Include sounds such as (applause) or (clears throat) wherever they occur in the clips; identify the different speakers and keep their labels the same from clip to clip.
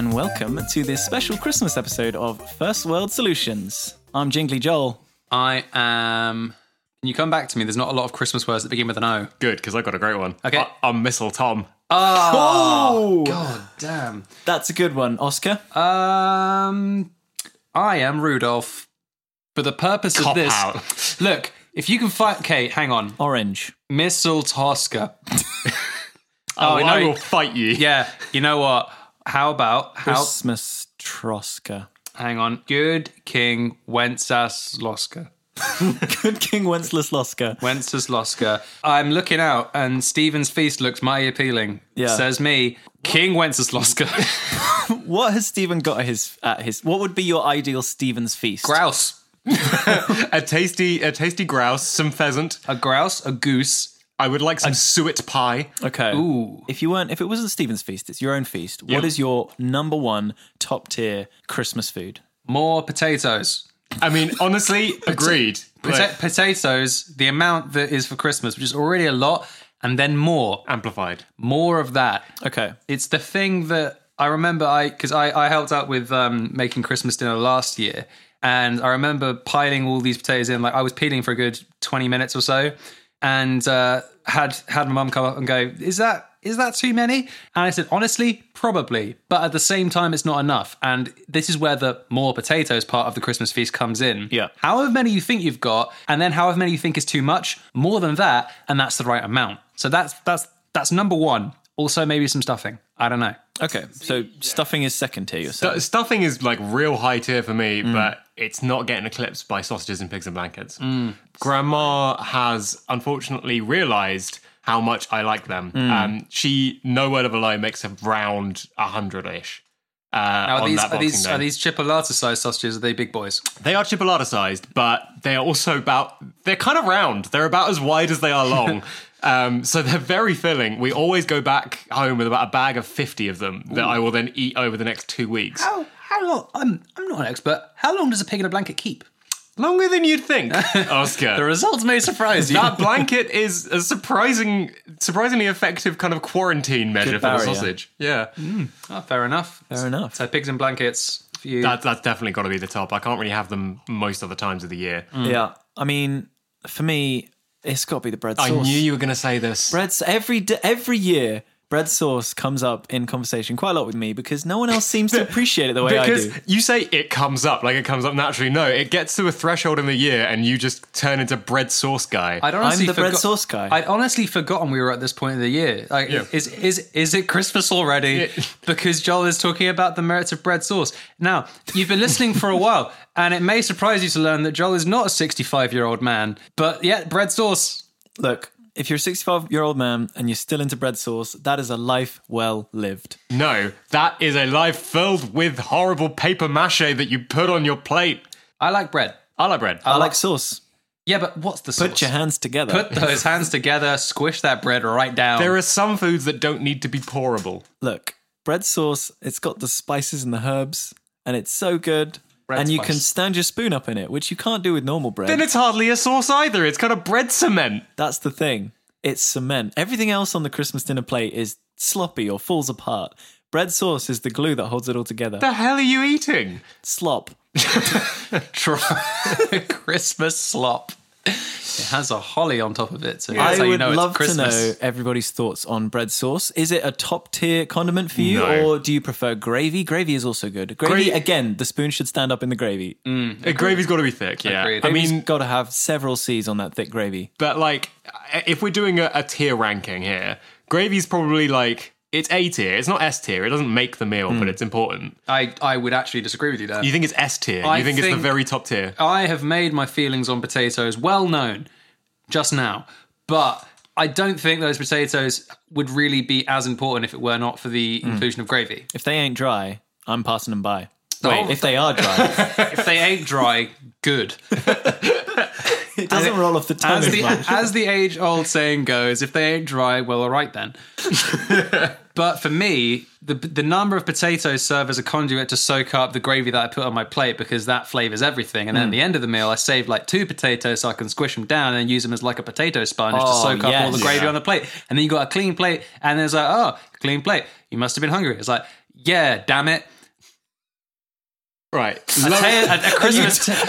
Speaker 1: forward to this special Christmas episode of First World Solutions. I'm Jingly Joel.
Speaker 2: I am. Can you come back to me? There's not a lot of Christmas words that begin with an O.
Speaker 3: Good, because I've got a great one.
Speaker 2: Okay.
Speaker 3: I- I'm Missile Tom.
Speaker 1: Oh,
Speaker 2: God damn.
Speaker 1: that's a good one, Oscar.
Speaker 2: Um, I am Rudolph. For the purpose
Speaker 3: Cop
Speaker 2: of this,
Speaker 3: out.
Speaker 2: (laughs) look, if you can find, okay, hang on,
Speaker 1: Orange.
Speaker 2: Missile Tosca. no.
Speaker 3: Oh, I will fight you.
Speaker 2: Yeah, you know what? How about how?
Speaker 1: Christmas Troska.
Speaker 2: Hang on, Good King Wenceslasloska.
Speaker 1: (laughs) Good King Wenceslasloska.
Speaker 2: Wenceslasloska. I'm looking out, and Stephen's feast looks mighty appealing.
Speaker 1: Yeah.
Speaker 2: says me, King Wenceslasloska.
Speaker 1: What has Stephen got at his at his? What would be your ideal Stephen's feast?
Speaker 2: grouse,
Speaker 3: (laughs) A tasty, a tasty grouse, some pheasant.
Speaker 2: a grouse, a goose.
Speaker 3: I would like some suet pie.
Speaker 1: okay.
Speaker 2: Ooh.
Speaker 1: If you weren't, if it wasn't Stephen's feast, it's your own feast. What is your number one top tier Christmas food?
Speaker 2: More potatoes.
Speaker 3: I mean,
Speaker 2: (laughs)
Speaker 3: honestly, agreed.
Speaker 2: Pota-
Speaker 3: Like,
Speaker 2: potatoes, the amount that is for Christmas, which is already a lot, and then more,
Speaker 3: amplified.
Speaker 2: more of that.
Speaker 1: Okay.
Speaker 2: It's the thing that I remember I because I, I helped out with um, making Christmas dinner last year, and I remember piling all these potatoes in. Like I was peeling for a good twenty minutes or so, and uh, had had my mum come up and go, "Is that?" Is that too many? And I said, honestly, probably. But at the same time, it's not enough. And this is where the more potatoes part of the Christmas feast comes in.
Speaker 1: Yeah.
Speaker 2: However many you think you've got, and then however many you think is too much, more than that, and that's the right amount. So that's that's that's number one. Also, maybe some stuffing. I don't know.
Speaker 1: Okay. So stuffing is second tier. Yourself.
Speaker 3: Stu- Stuffing is like real high tier for me,
Speaker 2: Mm.
Speaker 3: but it's not getting eclipsed by sausages and pigs and blankets.
Speaker 2: Mm.
Speaker 3: Grandma has unfortunately realised how much I like them.
Speaker 2: Mm.
Speaker 3: Um, she, no word of a lie, makes around a hundred ish. Uh,
Speaker 2: Are
Speaker 3: on
Speaker 2: these
Speaker 3: that
Speaker 2: are these
Speaker 3: Boxing Day.
Speaker 2: are these chipolata sized sausages? Are they big boys?
Speaker 3: They are chipolata sized, but they are also about they're kind of round. They're about as wide as they
Speaker 1: (laughs)
Speaker 3: are long. Um, so they're very filling. We always go back home with about a bag of 50 of them that I will then eat over the next two weeks.
Speaker 2: How how long? I'm I'm not an expert. How long does a pig in a blanket keep?
Speaker 3: Longer than
Speaker 1: (laughs)
Speaker 3: you'd think,
Speaker 2: The
Speaker 3: Oscar.
Speaker 2: results may surprise you. (laughs)
Speaker 3: (laughs) that blanket is a surprising, surprisingly effective kind of quarantine measure for the
Speaker 1: barrier. Mm.
Speaker 3: sausage. Yeah.
Speaker 2: Oh, fair enough.
Speaker 1: Fair enough.
Speaker 2: So pigs in blankets. For you.
Speaker 3: That, that's definitely got to be the top. I can't really have them most other times of the year.
Speaker 1: Yeah. I mean, for me, it's got to be the bread sauce.
Speaker 3: I knew you were going to say this.
Speaker 1: bread s- every d- every year. Bread sauce comes up in conversation quite a lot with me because no one else seems
Speaker 3: (laughs)
Speaker 1: to appreciate it the way I
Speaker 3: because
Speaker 1: do.
Speaker 3: you say it comes up like it comes up naturally. No, it gets to a threshold in the year, and you just turn into bread sauce guy.
Speaker 2: I'd honestly
Speaker 1: the bread
Speaker 2: forgot-
Speaker 1: sauce guy.
Speaker 2: I'd honestly forgotten we were at this point of the year. Like,
Speaker 3: Yeah.
Speaker 2: is is is it Christmas already?
Speaker 3: Yeah.
Speaker 2: (laughs) Because Joel is talking about the merits of bread sauce. Now you've been listening for a while, (laughs) and it may surprise you to learn that Joel is not a sixty-five-year-old man, but yet bread sauce.
Speaker 1: Look, if you're a 65 year old man and you're still into bread sauce, that is a life well lived.
Speaker 3: no, that is a life filled with horrible paper mache that you put on your plate.
Speaker 2: I like bread.
Speaker 3: I like bread.
Speaker 1: I like sauce.
Speaker 2: Yeah, but what's the sauce?
Speaker 1: Put your hands together.
Speaker 2: Put those hands together, squish that bread right down.
Speaker 3: there are some foods that don't need to be pourable.
Speaker 1: Look, bread sauce, it's got the spices and the herbs, and it's so good. and you can
Speaker 2: spice.
Speaker 1: stand your spoon up in it, which you can't do with normal bread.
Speaker 3: Then it's hardly a sauce either. It's kind of bread cement.
Speaker 1: That's the thing. It's cement. Everything else on the Christmas dinner plate is sloppy or falls apart. Bread sauce is the glue that holds it all together.
Speaker 3: The hell are you eating?
Speaker 1: Slop.
Speaker 2: Try (laughs) Christmas slop. It has a holly on top of it, so that's how
Speaker 1: I
Speaker 2: you
Speaker 1: would
Speaker 2: know
Speaker 1: love
Speaker 2: it's Christmas.
Speaker 1: to know everybody's thoughts on bread sauce. Is it a top tier condiment for you,
Speaker 3: No.
Speaker 1: or do you prefer gravy? Gravy is also good. Gravy, Mm.
Speaker 3: Gravy-
Speaker 1: again, the spoon should stand up in the gravy.
Speaker 3: The gravy's got to be thick. Yeah.
Speaker 2: Agreed.
Speaker 3: I
Speaker 1: He's
Speaker 3: mean,
Speaker 1: got to have several C's on that thick gravy.
Speaker 3: but like, if we're doing a, a tier ranking here, gravy's probably like it's A tier. It's not S tier. It doesn't make the meal,
Speaker 1: Hmm.
Speaker 3: but it's important.
Speaker 2: I, I would actually disagree with you there.
Speaker 3: You think it's S tier?
Speaker 2: I
Speaker 3: You think, it's
Speaker 2: think- Uh,
Speaker 3: the very top tier?
Speaker 2: I have made my feelings on potatoes well known just now, but I don't think those potatoes would really be as important if it were not for the inclusion of gravy.
Speaker 1: If they ain't dry, I'm passing them by.
Speaker 2: Wait,
Speaker 1: If they are dry,
Speaker 2: if they ain't dry, good.
Speaker 1: (laughs) it doesn't roll off the tongue
Speaker 2: As
Speaker 1: as
Speaker 2: the,
Speaker 1: much.
Speaker 2: as the age old saying goes, if they ain't dry, well, all
Speaker 1: (laughs)
Speaker 2: right then. but for me, the the number of potatoes serve as a conduit to soak up the gravy that I put on my plate because that flavors everything. And then at
Speaker 1: Mm.
Speaker 2: the end of the meal, I save like two potatoes so I can squish them down and use them as like a potato sponge
Speaker 1: Oh,
Speaker 2: to soak up all
Speaker 1: yes.
Speaker 2: the gravy
Speaker 3: Yeah.
Speaker 2: on the plate. And then you got a
Speaker 1: (laughs)
Speaker 2: clean plate, and there's like, oh, clean plate. You must have been hungry. It's like, yeah, damn it.
Speaker 3: Right.
Speaker 2: A,
Speaker 3: Low-
Speaker 2: tale, a, a Christmas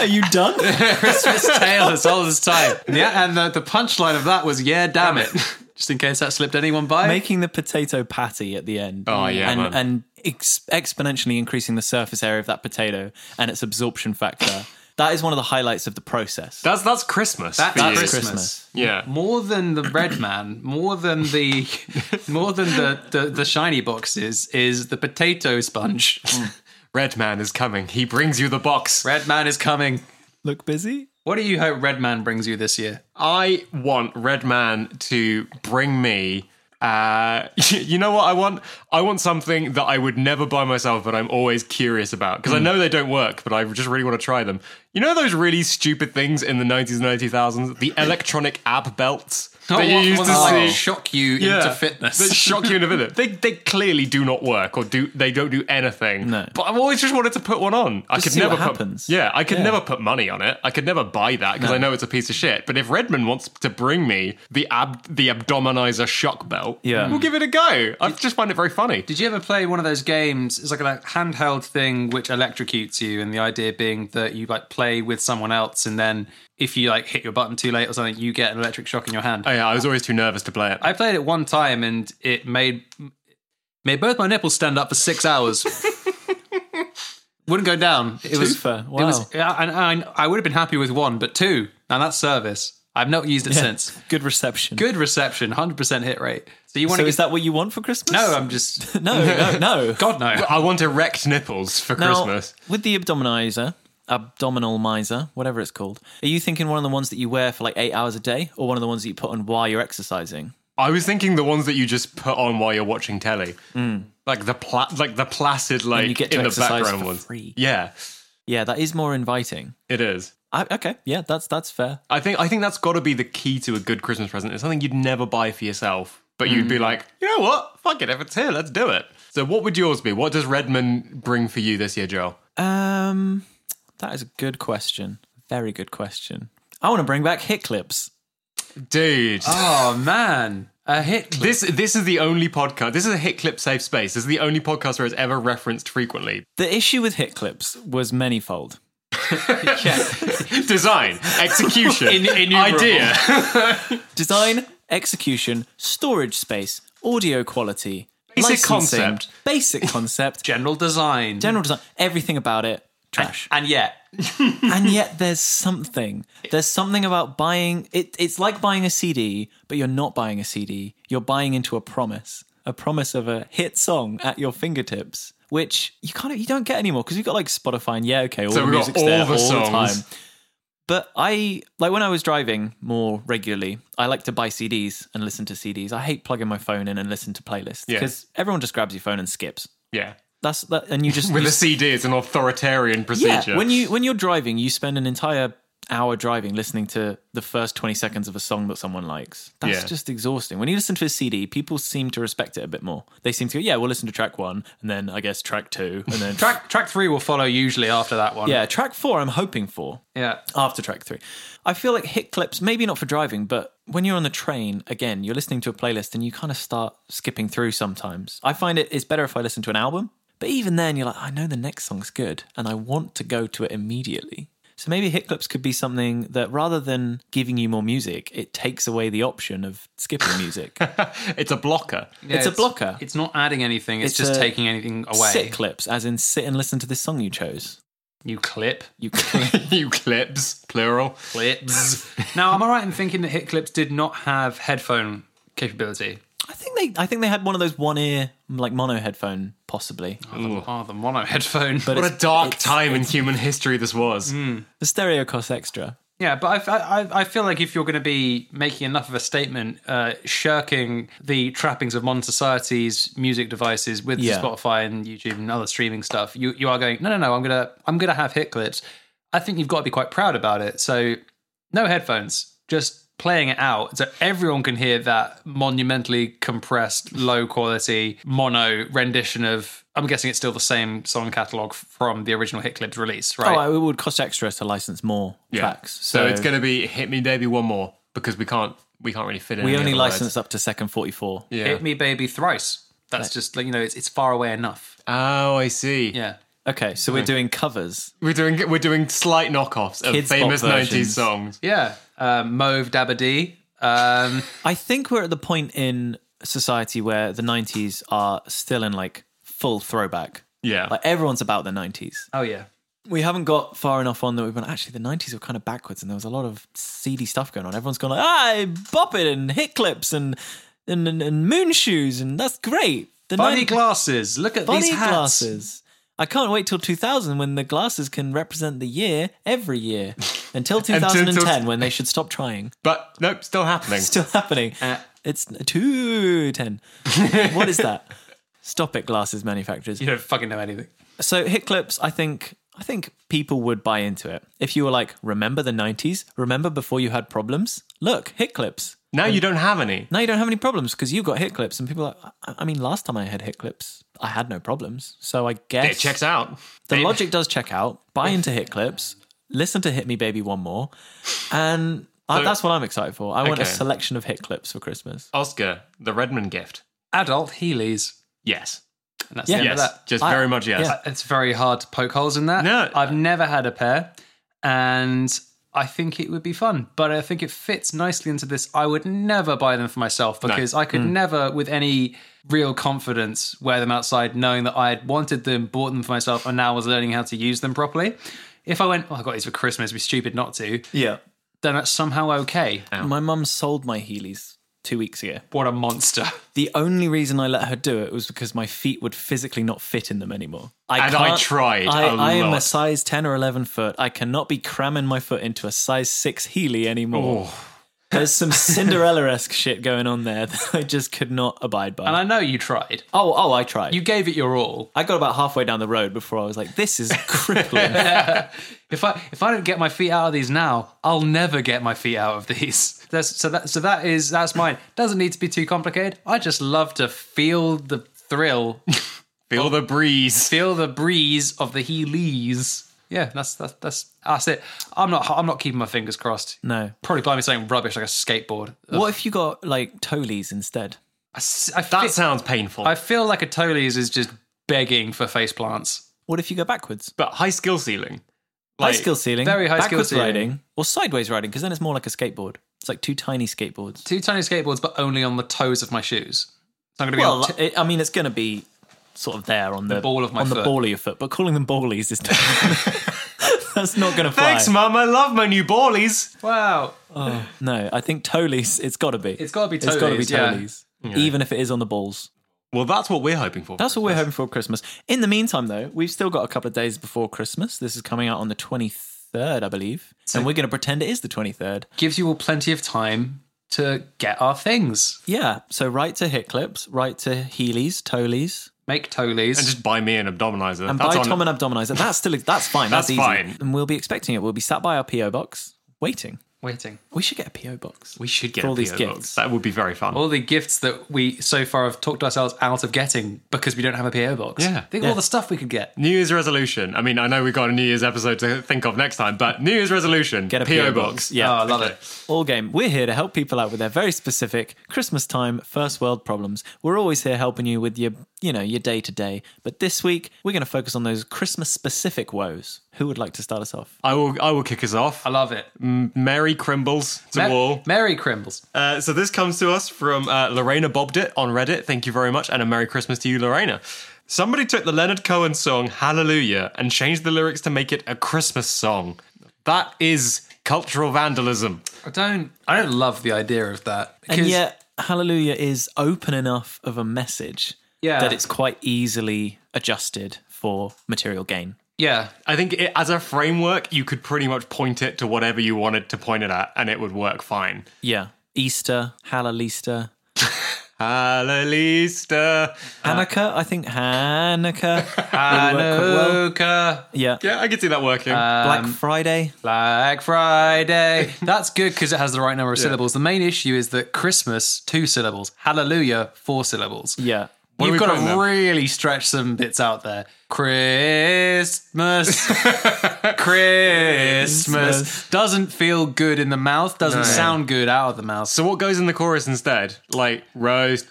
Speaker 1: (laughs) Are you done? (laughs)
Speaker 2: Christmas tale this all this time. Yeah, and the, the punchline of that was, yeah, damn it. (laughs) Just in case that slipped anyone by.
Speaker 1: making the potato patty at the end.
Speaker 3: Oh, yeah,
Speaker 1: and
Speaker 3: man.
Speaker 1: and ex- exponentially increasing the surface area of that potato and its absorption factor. that is one of the highlights of the process.
Speaker 3: that's that's Christmas.
Speaker 2: That-
Speaker 3: for
Speaker 2: that's
Speaker 3: you.
Speaker 2: Christmas.
Speaker 3: Yeah.
Speaker 2: more than the red man, more than (laughs) the more than the, the, the shiny boxes is the potato sponge.
Speaker 3: Red man is coming. He brings you the box.
Speaker 2: Red man is coming.
Speaker 1: Look busy.
Speaker 2: What do you hope Red Man brings you this year?
Speaker 3: I want Red Man to bring me. Uh, (laughs) you know what I want? I want something that I would never buy myself, but I'm always curious about because I
Speaker 2: Hmm.
Speaker 3: know they don't work, but I just really want to try them. You know those really stupid things in the 90s and 2000s? The electronic
Speaker 2: (laughs)
Speaker 3: ab belts that you
Speaker 2: Oh, what-
Speaker 3: used
Speaker 2: what
Speaker 3: to
Speaker 2: will, like,
Speaker 3: see.
Speaker 2: shock you into fitness.
Speaker 3: They shock you into
Speaker 1: (laughs)
Speaker 3: fitness. They they clearly do not work or do they don't do anything.
Speaker 1: No.
Speaker 3: But I've always just wanted to put one on. I could
Speaker 1: see
Speaker 3: never
Speaker 1: what
Speaker 3: put,
Speaker 1: happens.
Speaker 3: Yeah, I could never put money on it. I could never buy that because I know it's a piece of shit. But if Redmond wants to bring me the ab the abdominizer shock belt,
Speaker 1: Yeah.
Speaker 3: we'll give it a go. I just find it very funny.
Speaker 2: Did you ever play one of those games? It's like a like, handheld thing which electrocutes you, and the idea being that you like play with someone else, and then if you like hit your button too late or something, you get an electric shock in your hand.
Speaker 3: Oh,
Speaker 2: I,
Speaker 3: yeah, I was always too nervous to play it.
Speaker 2: played it one time, and it made made both my nipples stand up for
Speaker 1: (laughs)
Speaker 2: six hours. Wouldn't go down. It was
Speaker 1: Twofer,
Speaker 2: It
Speaker 1: wow.
Speaker 2: was, yeah, and I, I would have been happy with one, but two, and that's service. I've not used it since.
Speaker 1: Good reception.
Speaker 2: Good reception, hundred percent hit rate. So you want
Speaker 1: So
Speaker 2: to?
Speaker 1: is that what you want for Christmas?
Speaker 2: no, I'm just
Speaker 1: no,
Speaker 3: (laughs)
Speaker 1: no, no.
Speaker 2: God
Speaker 1: (laughs)
Speaker 2: no.
Speaker 3: I want erect nipples for
Speaker 1: Now,
Speaker 3: Christmas.
Speaker 1: with the abdominizer, abdominal miser, whatever it's called, are you thinking one of the ones that you wear for like eight hours a day, or one of the ones that you put on while you're exercising?
Speaker 3: I was thinking the ones that you just put on while you're watching telly, like the pla- like the placid like
Speaker 1: Mm. you get to
Speaker 3: in the
Speaker 1: exercise
Speaker 3: background
Speaker 1: for
Speaker 3: ones.
Speaker 1: free.
Speaker 3: Yeah,
Speaker 1: Yeah, that is more inviting.
Speaker 3: it is.
Speaker 1: I, okay, yeah, that's that's fair.
Speaker 3: I think I think that's got to be the key to a good Christmas present. It's something you'd never buy for yourself, but you'd
Speaker 1: Mm.
Speaker 3: be like, you know what? Fuck it, if it's here, let's do it. So, what would yours be? What does Redman bring for you this year, Joel?
Speaker 1: Um, that is a good question. Very good question. I want to bring back hit clips.
Speaker 3: Dude,
Speaker 1: Uh,
Speaker 2: Oh man, a
Speaker 1: (laughs)
Speaker 2: hit clip.
Speaker 3: this this is the only podcast. This is a hit clip safe space. This is the only podcast where it's ever referenced frequently.
Speaker 1: The issue with hit clips was manifold. (laughs)
Speaker 3: Design, execution,
Speaker 2: In- innumerable.
Speaker 3: idea.
Speaker 1: Design, execution, storage space, audio quality,
Speaker 3: Basic
Speaker 1: licensing,
Speaker 3: concept.
Speaker 1: basic concept,
Speaker 2: general design.
Speaker 1: general design, everything about it, trash.
Speaker 2: and
Speaker 3: (laughs)
Speaker 2: yet,
Speaker 1: and yet there's something. There's something about buying it it's like buying a CD, but you're not buying a CD. You're buying into a promise. A promise of a hit song at your fingertips, which you kind of you don't get anymore because you've got like Spotify and yeah, okay, all
Speaker 3: So
Speaker 1: the
Speaker 3: we've got
Speaker 1: music's
Speaker 3: all
Speaker 1: there all
Speaker 3: the
Speaker 1: the
Speaker 3: songs.
Speaker 1: time. But I like when I was driving more regularly, I like to buy CDs and listen to CDs. I hate plugging my phone in and listen to playlists
Speaker 3: Yeah.
Speaker 1: because everyone just grabs your phone and skips.
Speaker 3: yeah,
Speaker 1: That's that, and you just
Speaker 3: (laughs) with
Speaker 1: you
Speaker 3: a CD, it's an authoritarian
Speaker 1: yeah,
Speaker 3: procedure.
Speaker 1: when you when you're driving, you spend an entire hour driving listening to the first 20 seconds of a song that someone likes. That's
Speaker 3: Yeah.
Speaker 1: just exhausting. When you listen to a CD, people seem to respect it a bit more. They seem to go, yeah, we'll listen to track 1 and then I guess track 2 and then
Speaker 2: track track three will follow usually after that one.
Speaker 1: yeah, track 4 I'm hoping for
Speaker 2: yeah.
Speaker 1: after track 3. I feel like hit clips maybe not for driving, but when you're on the train again, you're listening to a playlist and you kind of start skipping through sometimes. I find it is better if I listen to an album, but even then you're like I know the next song's good and I want to go to it immediately. So maybe hit clips could be something that rather than giving you more music, it takes away the option of skipping music.
Speaker 3: it's a blocker. (laughs)
Speaker 2: Yeah,
Speaker 1: it's a blocker.
Speaker 2: It's not adding anything.
Speaker 1: It's
Speaker 2: It's, just
Speaker 1: a
Speaker 2: taking anything away.
Speaker 1: Sit clips as in sit and listen to this song you chose. (laughs)
Speaker 2: You clip
Speaker 1: You
Speaker 3: you clips, plural.
Speaker 2: (laughs)
Speaker 1: (laughs)
Speaker 2: clips. now, am I right in thinking that hit clips did not have headphone capability?
Speaker 1: I think they I think they had one of those one ear like mono headphone possibly.
Speaker 2: Oh, the mono headphone.
Speaker 1: But
Speaker 3: What a
Speaker 1: it's-
Speaker 3: dark
Speaker 1: it's-
Speaker 3: time in human history this was.
Speaker 1: The stereo costs extra.
Speaker 2: Yeah, but I, I, I feel like if you're going to be making enough of a statement, uh, shirking the trappings of modern society's music devices with
Speaker 1: Yeah.
Speaker 2: Spotify and YouTube and other streaming stuff, you you are going no no no I'm gonna I'm gonna have hit clips. I think you've got to be quite proud about it. So no headphones, just playing it out so everyone can hear that monumentally compressed, low quality mono rendition of. I'm guessing it's still the same song catalog from the original hit clips release, right?
Speaker 1: Oh, it would cost extra to license more tracks.
Speaker 3: So, it's going to be "Hit Me, Baby, One More" because we can't we can't really fit in.
Speaker 1: We
Speaker 3: any
Speaker 1: only
Speaker 3: other
Speaker 1: license up to second 44.
Speaker 3: Words. Yeah.
Speaker 2: Hit me, baby, thrice. That's just like you know, it's it's far away enough.
Speaker 3: Oh, I see.
Speaker 2: Yeah,
Speaker 1: Okay, so we're doing covers.
Speaker 3: We're doing we're doing slight knockoffs of
Speaker 1: Kids' pop
Speaker 3: famous '90s
Speaker 1: versions.
Speaker 3: songs.
Speaker 2: Yeah, um, Mauve Dabadi. Um, (laughs)
Speaker 1: I think we're at the point in society where the 90s are still in like full throwback.
Speaker 3: Yeah,
Speaker 1: Like everyone's about the 90s.
Speaker 2: oh yeah,
Speaker 1: We haven't got far enough on that we've been actually the 90s were kind of backwards and there was a lot of seedy stuff going on. Everyone's gone like, ah, bop it and hit clips and and, and, and moon shoes and that's great. The
Speaker 2: funny
Speaker 1: 90s
Speaker 2: glasses. Look at
Speaker 1: funny
Speaker 2: these hats.
Speaker 1: glasses. I can't wait till 2000 when the glasses can represent the year every
Speaker 2: (laughs)
Speaker 1: year until 2010 when they should stop trying.
Speaker 3: but nope, still happening.
Speaker 1: Still happening.
Speaker 2: Uh,
Speaker 1: it's 210.
Speaker 2: (laughs)
Speaker 1: what is that? Stop it, glasses manufacturers.
Speaker 2: You don't fucking know anything.
Speaker 1: So hit clips, I think I think people would buy into it. If you were like, remember the 90s? Remember before you had problems? Look, hit clips.
Speaker 3: now you don't have any.
Speaker 1: Now you don't have any problems because you got hit clips. And people are like, I I mean, last time I had hit clips, I had no problems. So I guess
Speaker 3: It checks out.
Speaker 1: the
Speaker 3: It-
Speaker 1: logic does check out. Buy into hit clips. Listen to Hit Me Baby One More. And I, that's what I'm excited for. I want a
Speaker 3: Okay.
Speaker 1: selection of hit clips for Christmas.
Speaker 3: Oscar, the Redman gift.
Speaker 2: Adult Heelys.
Speaker 3: Yes,
Speaker 2: And that's
Speaker 1: Yeah.
Speaker 2: the end
Speaker 3: yes,
Speaker 2: of that.
Speaker 3: just
Speaker 1: I-
Speaker 3: very much yes.
Speaker 1: yeah.
Speaker 2: It's very hard to poke holes in that.
Speaker 3: No.
Speaker 2: I've never had a pair, and I think it would be fun. But I think it fits nicely into this. I would never buy them for myself because I could never, with any real confidence, wear them outside, knowing that I had wanted them, bought them for myself, and now was learning how to use them properly. If I went, oh, I got these for Christmas, it'd be stupid not to,
Speaker 1: Yeah.
Speaker 2: then that's somehow okay.
Speaker 1: My mum sold my Heelys two weeks ago.
Speaker 2: What a monster.
Speaker 1: The only reason I let her do it was because my feet would physically not fit in them anymore. I
Speaker 3: And I
Speaker 1: can't-
Speaker 3: tried
Speaker 1: I,
Speaker 3: a
Speaker 1: I am a
Speaker 3: lot.
Speaker 1: size 10 or 11 foot. I cannot be cramming my foot into a size 6 Healy anymore. There's some Cinderella esque shit going on there that I just could not abide by.
Speaker 2: And I know you tried.
Speaker 1: oh, oh, I tried.
Speaker 2: You gave it your all.
Speaker 1: I got about halfway down the road before I was like, this is crippling.
Speaker 2: (laughs) If I if I don't get my feet out of these now, I'll never get my feet out of these. (laughs) That's, so that so that is that's mine. Doesn't need to be too complicated. I just love to feel the thrill,
Speaker 3: Feel the breeze.
Speaker 2: feel the breeze of the Heelys. Yeah, that's that's that's that's it. I'm not I'm not keeping my fingers crossed.
Speaker 1: no.
Speaker 2: Probably buy me something rubbish like a skateboard. Ugh.
Speaker 1: What if you got like Tollies instead?
Speaker 2: I, s- I
Speaker 3: That
Speaker 2: feel,
Speaker 3: sounds painful.
Speaker 2: I feel like a Tolly's is just begging for face plants.
Speaker 1: What if you go backwards?
Speaker 3: but high skill ceiling.
Speaker 1: High
Speaker 3: Like,
Speaker 1: skill ceiling,
Speaker 2: very high skill
Speaker 1: backwards
Speaker 2: ceiling.
Speaker 1: riding, or sideways riding, because then it's more like a skateboard. It's like two tiny skateboards.
Speaker 2: Two tiny skateboards, but only on the toes of my shoes. It's not going to be on
Speaker 1: Well,
Speaker 2: t-
Speaker 1: it, I mean, it's going to be sort of there on the,
Speaker 2: ball of my
Speaker 1: on the
Speaker 2: foot.
Speaker 1: ball of your foot, but calling them ballies is (laughs) that's not going to fly.
Speaker 3: Thanks, Mum. I love my new ballies.
Speaker 2: wow.
Speaker 1: no, I think Tollies. It's got to be.
Speaker 2: It's gotta be
Speaker 1: It's got to be
Speaker 2: Tollies, yeah.
Speaker 1: Tollies, even if it is on the balls.
Speaker 3: Well, that's what we're hoping for.
Speaker 1: That's what we're hoping for Christmas. In the meantime, though, we've still got a couple of days before Christmas. This is coming out on the twenty third, I believe, and we're going to pretend it is the twenty third.
Speaker 2: gives you all plenty of time to get our things.
Speaker 1: Yeah. So write to Hit Clips, write to Heelys, Tollies,
Speaker 2: Make Tollies.
Speaker 3: And just buy me an abdominizer.
Speaker 1: and
Speaker 3: that's
Speaker 1: buy
Speaker 3: on,
Speaker 1: Tom and Abdominizer. That's still that's fine. That's,
Speaker 3: That's
Speaker 1: easy.
Speaker 3: fine.
Speaker 1: And we'll be expecting it. We'll be sat by our PO box waiting.
Speaker 2: waiting.
Speaker 1: We should get a PO box.
Speaker 3: we should get
Speaker 1: for
Speaker 3: a
Speaker 1: all these
Speaker 3: PO
Speaker 1: gifts.
Speaker 3: box. That would be very fun.
Speaker 2: All the gifts that we so far have talked ourselves out of getting because we don't have a PO box.
Speaker 3: Yeah.
Speaker 2: Think of all the stuff we could get.
Speaker 3: New Year's resolution. I mean, I know we've got a New Year's episode to think of next time, but New Year's resolution.
Speaker 1: Get a PO
Speaker 3: PO, box.
Speaker 1: box.
Speaker 2: Oh,
Speaker 1: Yeah.
Speaker 2: I love it.
Speaker 1: All game. We're here to help people out with their very specific Christmas time first world problems. We're always here helping you with your, you know, your day to day. But this week we're going to focus on those Christmas specific woes. Who would like to start us off?
Speaker 3: I will. I will kick us off.
Speaker 1: Um,
Speaker 2: I love it.
Speaker 3: Mm. Mary Crimbles to
Speaker 2: Ma-
Speaker 3: all.
Speaker 2: Merry Crimbles.
Speaker 3: Uh, so this comes to us from uh, Lorena Bobdit on Reddit. Thank you very much, and a Merry Christmas to you, Lorena. Somebody took the Leonard Cohen song "Hallelujah" and changed the lyrics to make it a Christmas song. That is cultural vandalism.
Speaker 2: I don't. I don't love the idea of that.
Speaker 1: And
Speaker 2: 'Cause-
Speaker 1: yet, Hallelujah is open enough of a message
Speaker 2: Yeah.
Speaker 1: that it's quite easily adjusted for material gain.
Speaker 2: yeah,
Speaker 3: I think it, as a framework, you could pretty much point it to whatever you wanted to point it at, and it would work fine.
Speaker 1: Yeah. Easter, Hallelujah.
Speaker 3: Hallelujah.
Speaker 1: Hanukkah, I think Uh, (laughs) Hanukkah. would work quite well.
Speaker 2: Hanukkah,
Speaker 1: Yeah. Um,
Speaker 3: Yeah, I could see that working.
Speaker 1: Black Friday.
Speaker 2: Black Friday.
Speaker 3: (laughs)
Speaker 2: That's good because it has the right number of syllables. The main issue is that Christmas, two syllables. Hallelujah, four syllables.
Speaker 1: Yeah.
Speaker 3: are we
Speaker 2: You've got
Speaker 3: putting
Speaker 2: to
Speaker 3: them?
Speaker 2: really stretch some bits out there.
Speaker 3: (laughs)
Speaker 2: Christmas. Christmas. Doesn't feel good in the mouth, doesn't sound good out of the mouth.
Speaker 3: So what goes in the chorus instead? Like roast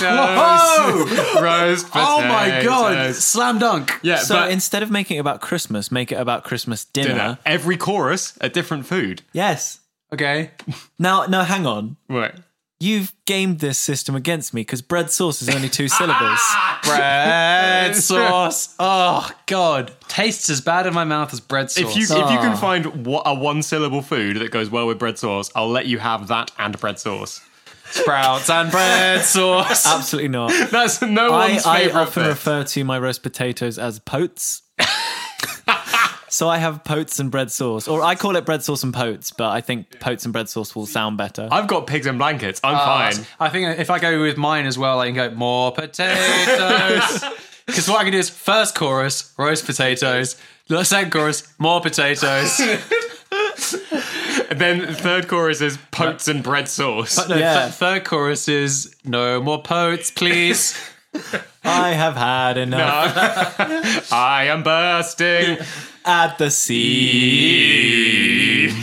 Speaker 2: (laughs) Whoa!
Speaker 3: (laughs) roast potatoes.
Speaker 2: oh my god. Slam dunk.
Speaker 3: Yeah,
Speaker 1: So
Speaker 3: but
Speaker 1: instead of making it about Christmas, make it about Christmas dinner.
Speaker 3: dinner. Every chorus a different food.
Speaker 1: Yes.
Speaker 2: Okay.
Speaker 1: Now, no, hang on.
Speaker 3: Right.
Speaker 1: You've gamed this system against me because bread sauce is only
Speaker 3: (laughs)
Speaker 1: two syllables.
Speaker 2: bread sauce. Oh god, tastes as bad in my mouth as bread sauce.
Speaker 3: If you if you can find wha- a one syllable food that goes well with bread sauce, I'll let you have that and bread sauce.
Speaker 2: sprouts and bread
Speaker 3: (laughs)
Speaker 2: sauce,
Speaker 1: Absolutely not.
Speaker 3: That's no
Speaker 1: I,
Speaker 3: (laughs) one's
Speaker 1: I
Speaker 3: favorite.
Speaker 1: often
Speaker 3: bit.
Speaker 1: refer to my roast potatoes as
Speaker 3: (laughs)
Speaker 1: potes. so I have potes and bread sauce, or I call it bread sauce and potes, but I think potes and bread sauce will sound better.
Speaker 3: I've got pigs and blankets. I'm
Speaker 1: Ah.
Speaker 3: fine.
Speaker 2: I think if I go with mine as well, I can go more potatoes. Because what I can do is first chorus roast potatoes, the second chorus more potatoes.
Speaker 3: Then third chorus is potes and bread sauce.
Speaker 2: No,
Speaker 1: Yeah.
Speaker 2: th- third chorus is no more poets, please.
Speaker 1: I have had enough
Speaker 3: I am bursting.
Speaker 1: at the sea.
Speaker 3: (laughs)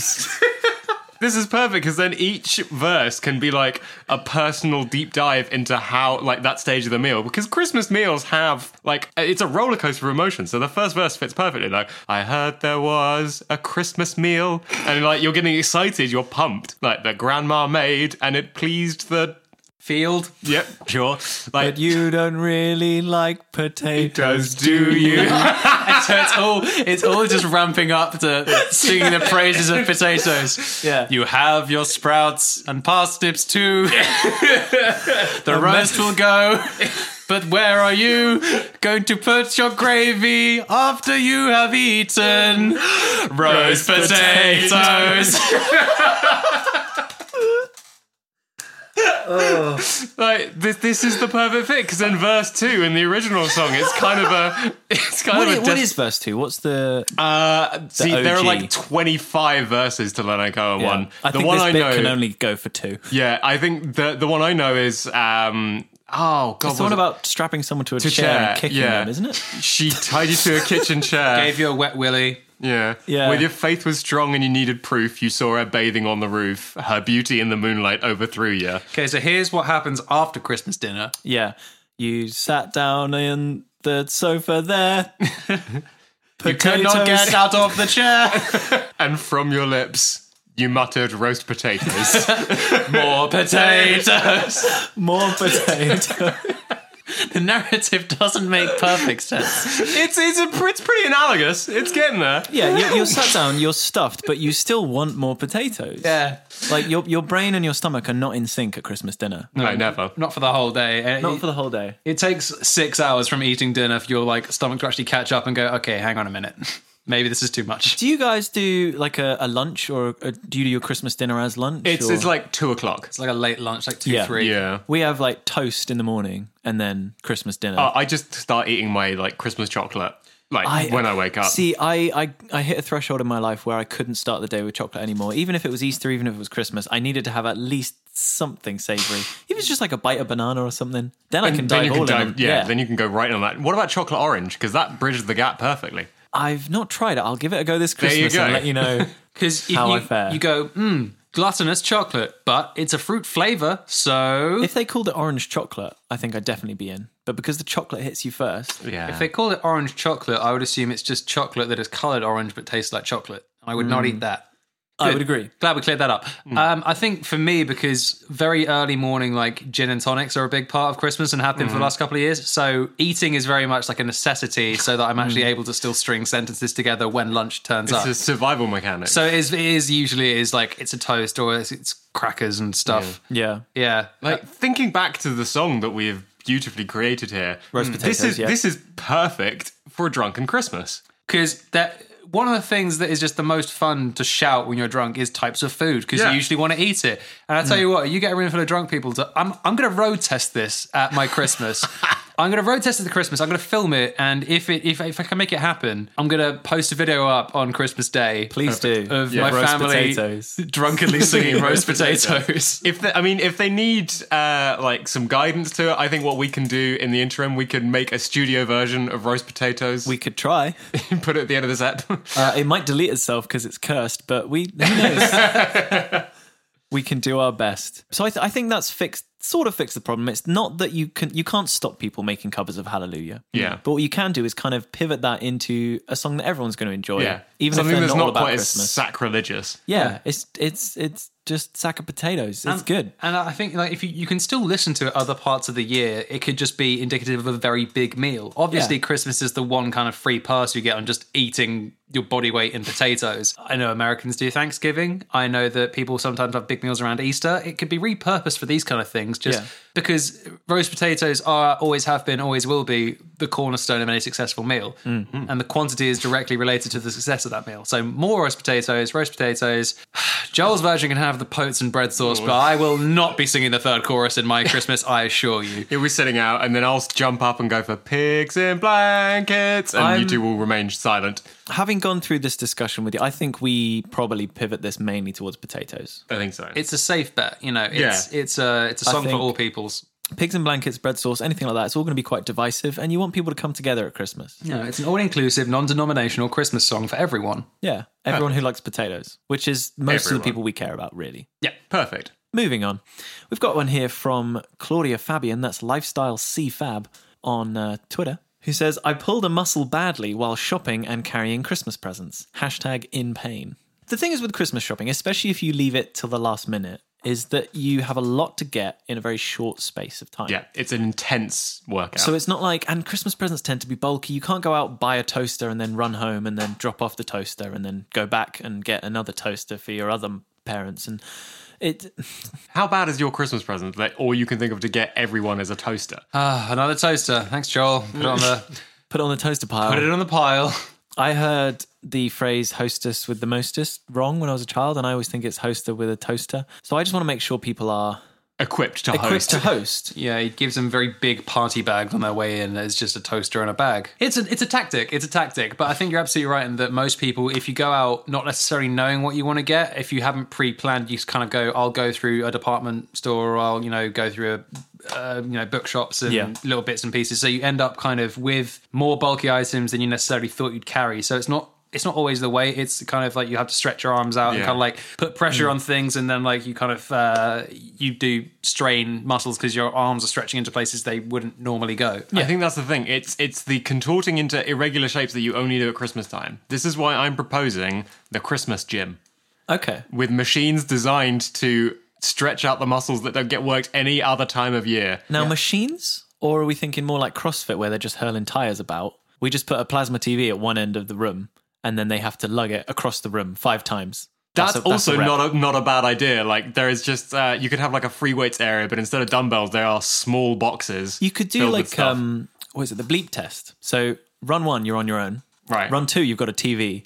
Speaker 3: This is perfect because then each verse can be like a personal deep dive into how like that stage of the meal because Christmas meals have like it's a roller coaster of emotions. So the first verse fits perfectly. Like I heard there was a Christmas meal, and like you're getting excited, you're pumped. Like the grandma made, and it pleased the
Speaker 2: Field.
Speaker 3: yep sure. Like
Speaker 1: But you don't really like potatoes.
Speaker 3: does do you?
Speaker 2: So it's all it's all just ramping up to singing the praises of potatoes.
Speaker 1: Yeah.
Speaker 2: You have your sprouts and parsnips too. the roast will go. But where are you going to put your gravy after you have eaten roast potatoes?
Speaker 1: Oh.
Speaker 3: Like this, this is the perfect fit because in verse two in the original song, it's kind of a, it's kind
Speaker 1: What
Speaker 3: of
Speaker 1: is,
Speaker 3: a.
Speaker 1: what
Speaker 3: des-
Speaker 1: is verse two? What's the
Speaker 3: uh, see, there are
Speaker 1: OG?
Speaker 3: like twenty five verses to Lenokoa one.
Speaker 1: I
Speaker 3: the
Speaker 1: think
Speaker 3: one
Speaker 1: this
Speaker 3: I
Speaker 1: bit
Speaker 3: know,
Speaker 1: can only go for two.
Speaker 3: yeah, I think the the one I know is um. Oh God,
Speaker 1: It's the one
Speaker 3: was it?
Speaker 1: about strapping someone to a chair,
Speaker 3: chair,
Speaker 1: and kicking
Speaker 3: yeah.
Speaker 1: them, isn't it?
Speaker 3: she tied you to a
Speaker 1: (laughs)
Speaker 3: kitchen chair.
Speaker 2: Gave you a wet willy.
Speaker 3: yeah,
Speaker 1: Yeah.
Speaker 3: When your faith was strong and you needed proof, you saw her bathing on the roof. Her beauty in the moonlight overthrew you.
Speaker 2: Okay, so here's what happens after Christmas dinner.
Speaker 1: Yeah. You sat down in the sofa there.
Speaker 2: You could not
Speaker 1: Potatoes.
Speaker 2: get out of the chair. (laughs)
Speaker 3: And from your lips, you muttered roast potatoes. (laughs)
Speaker 2: More potatoes.
Speaker 1: (laughs) More potato.
Speaker 2: The narrative doesn't make perfect sense.
Speaker 3: it's it's a, it's pretty analogous. It's getting there.
Speaker 1: yeah, you, you're sat down, you're stuffed, but you still want more potatoes.
Speaker 2: Yeah.
Speaker 1: Like your your brain and your stomach are not in sync at Christmas dinner.
Speaker 3: No, never.
Speaker 2: Not for the whole day.
Speaker 1: Not for the whole day.
Speaker 2: it takes six hours from eating dinner for your like stomach to actually catch up and go, okay, hang on a minute. Maybe this is too much.
Speaker 1: Do you guys do like a, a lunch or a, do you do your Christmas dinner as lunch?
Speaker 3: It's
Speaker 1: or-
Speaker 3: it's like two o'clock.
Speaker 2: It's like a late lunch, like two,
Speaker 1: Yeah.
Speaker 2: three.
Speaker 3: Yeah.
Speaker 1: we have like toast in the morning and then Christmas dinner.
Speaker 3: Uh, I I just start eating my like Christmas chocolate like when I wake up.
Speaker 1: See, I, I I hit a threshold in my life where I couldn't start the day with chocolate anymore. Even if it was Easter, even if it was Christmas, I needed to have at least something savory. Even if it's just like a bite of banana or something, then I can
Speaker 3: then
Speaker 1: dive
Speaker 3: you
Speaker 1: all
Speaker 3: can
Speaker 1: in.
Speaker 3: dive,
Speaker 1: them.
Speaker 3: yeah, Then you can go right on that. What about chocolate orange? Because that bridges the gap perfectly.
Speaker 1: I've not tried it. I'll give it a go this
Speaker 3: you
Speaker 1: Christmas
Speaker 3: go.
Speaker 1: and let you
Speaker 3: (laughs)
Speaker 1: know.
Speaker 2: Because
Speaker 1: How
Speaker 2: you,
Speaker 1: I fare.
Speaker 2: you go, mm, gluttonous chocolate, but it's a fruit flavor. So if,
Speaker 1: if they called it orange chocolate, I think I'd definitely be in. But because the chocolate hits you first,
Speaker 3: Yeah.
Speaker 2: they call it orange chocolate, I would assume it's just chocolate that is colored orange but tastes like chocolate. And I would not eat that.
Speaker 1: Mm. I would agree. Mm.
Speaker 2: Glad we cleared that up. Um, I think for me, because very early morning, like gin and tonics are a big part of Christmas and have been
Speaker 1: Mm.
Speaker 2: for the last couple of years. So eating is very much like a necessity so that I'm actually
Speaker 1: Mm.
Speaker 2: able to still string sentences together when lunch turns
Speaker 3: it's
Speaker 2: up.
Speaker 3: a survival mechanic.
Speaker 2: so it is, it is usually it is like it's a toast or it's, it's crackers and stuff.
Speaker 1: Yeah.
Speaker 2: Yeah.
Speaker 1: uh,
Speaker 3: like thinking back to the song that we have beautifully created here.
Speaker 1: Roast
Speaker 3: this
Speaker 1: potatoes,
Speaker 3: is
Speaker 1: yeah.
Speaker 3: this is perfect for a drunken Christmas.
Speaker 2: because that one of the things that is just the most fun to shout when you're drunk is types of food because
Speaker 3: Yeah.
Speaker 2: you usually want to eat it. And I tell you what, you get a room full of drunk people. To, I'm I'm going to road test this at my Christmas, I'm going to road test it to Christmas. I'm going to film it, and if it if, if I can make it happen, I'm going to post a video up on Christmas Day.
Speaker 1: Please do.
Speaker 2: Of
Speaker 1: Yeah.
Speaker 2: my
Speaker 1: Roast
Speaker 2: family
Speaker 1: potatoes.
Speaker 3: (laughs)
Speaker 2: drunkenly singing roast
Speaker 3: Roast
Speaker 2: potatoes.
Speaker 3: If they, I mean, if they need uh, like some guidance to it, I think what we can do in the interim, we could make a studio version of roast potatoes. (laughs)
Speaker 1: We could try.
Speaker 3: can put it at the end of
Speaker 1: (laughs)
Speaker 3: this app.
Speaker 1: Uh, it might delete itself because it's cursed, but we who knows?
Speaker 3: (laughs)
Speaker 1: we can do our best. So I, th- I think that's fixed, sort of fixed the problem. It's not that you can you can't stop people making covers of Hallelujah.
Speaker 3: Yeah.
Speaker 1: but what you can do is kind of pivot that into a song that everyone's going to enjoy.
Speaker 3: yeah,
Speaker 1: even
Speaker 3: something
Speaker 1: if they're
Speaker 3: that's
Speaker 1: not, all
Speaker 3: not,
Speaker 1: about
Speaker 3: quite
Speaker 1: Christmas.
Speaker 3: as sacrilegious.
Speaker 1: yeah, it's it's it's just sack of potatoes. It's
Speaker 3: Um,
Speaker 1: good.
Speaker 2: And I think like if you, you can still listen to it other parts of the year, it could just be indicative of a very big meal. Obviously,
Speaker 1: Yeah.
Speaker 2: Christmas is the one kind of free pass you get on just eating your body weight in potatoes. I know Americans do Thanksgiving. I know that people sometimes have big meals around Easter. It could be repurposed for these kind of things, just
Speaker 1: Yeah.
Speaker 2: because roast potatoes are always have been, always will be the cornerstone of any successful meal, and the quantity is directly related to the success of that meal. So more roast potatoes, roast potatoes. (sighs) Joel's version can have the poached and bread sauce, but I will not be singing the third chorus in (laughs) my Christmas. I assure you.
Speaker 3: You'll be sitting out, and then I'll jump up and go for pigs in blankets, and
Speaker 1: I'm-
Speaker 3: you two will remain silent.
Speaker 1: Having gone through this discussion with you, I think we probably pivot this mainly towards potatoes.
Speaker 3: I think so.
Speaker 2: It's a safe bet, you know. It's
Speaker 3: Yeah.
Speaker 2: it's a it's a song for
Speaker 1: think-
Speaker 2: all peoples.
Speaker 1: Pigs and blankets, bread sauce, anything like that. It's all going to be quite divisive, and you want people to come together at Christmas.
Speaker 2: You know, it's an all-inclusive, non-denominational Christmas song for everyone.
Speaker 1: Yeah, everyone who likes potatoes, which is most of
Speaker 3: Everyone.
Speaker 1: the people we care about, really.
Speaker 3: perfect.
Speaker 1: Moving on, we've got one here from Claudia Fabian. That's lifestyle CFab on uh, Twitter, who says, "I pulled a muscle badly while shopping and carrying Christmas presents." Hashtag in pain. The thing is with Christmas shopping, especially if you leave it till the last minute, is that you have a lot to get in a very short space of time.
Speaker 3: Yeah, it's an intense workout.
Speaker 1: So it's not like, and Christmas presents tend to be bulky. You can't go out, buy a toaster, and then run home and then drop off the toaster and then go back and get another toaster for your other parents. And it, (laughs)
Speaker 3: How bad is your Christmas present that all you can think of to get everyone is a toaster?
Speaker 1: Uh,
Speaker 2: Ah, another toaster. Thanks, Joel. Put it on (laughs) the
Speaker 1: put it on the toaster pile.
Speaker 2: put it on the pile.
Speaker 1: I heard the phrase hostess with the mostest wrong when I was a child, and I always think it's hoster with a toaster. So I just want to make sure people are
Speaker 3: equipped to
Speaker 1: equipped
Speaker 3: host.
Speaker 1: to host.
Speaker 2: Yeah, he gives them very big party bags on their way in. It's just a toaster and a bag. It's a it's a tactic. It's a tactic. But I think you're absolutely right in that most people, if you go out not necessarily knowing what you want to get, if you haven't pre-planned, you just kind of go. I'll go through a department store, or I'll you know go through a uh, you know bookshops and
Speaker 1: Yeah.
Speaker 2: little bits and pieces. So you end up kind of with more bulky items than you necessarily thought you'd carry. So it's not. It's not always the way. It's kind of like you have to stretch your arms out and
Speaker 3: Yeah. Mm.
Speaker 2: kind of like put pressure on things, and then like you kind of uh, you do strain muscles because your arms are stretching into places they wouldn't normally go.
Speaker 3: I think that's the thing. It's it's the contorting into irregular shapes that you only do at Christmas time. This is why I'm proposing the Christmas gym
Speaker 1: Okay.
Speaker 3: with machines designed to stretch out the muscles that don't get worked any other time of year.
Speaker 1: Now, machines, or are we thinking more like CrossFit where they're just hurling tires about? We just put a plasma TV at one end of the room and then they have to lug it across the room five times.
Speaker 3: That's,
Speaker 1: a-
Speaker 3: also
Speaker 1: a rep.
Speaker 3: not a, not a bad idea. Like there is just uh, you could have like a free weights area, but instead of dumbbells, there are small boxes.
Speaker 1: You could do
Speaker 3: filled with
Speaker 1: like
Speaker 3: stuff.
Speaker 1: um what is it, the bleep test. So run one, you're on your own.
Speaker 3: Right.
Speaker 1: Run two, you've got a
Speaker 3: (laughs)
Speaker 1: TV.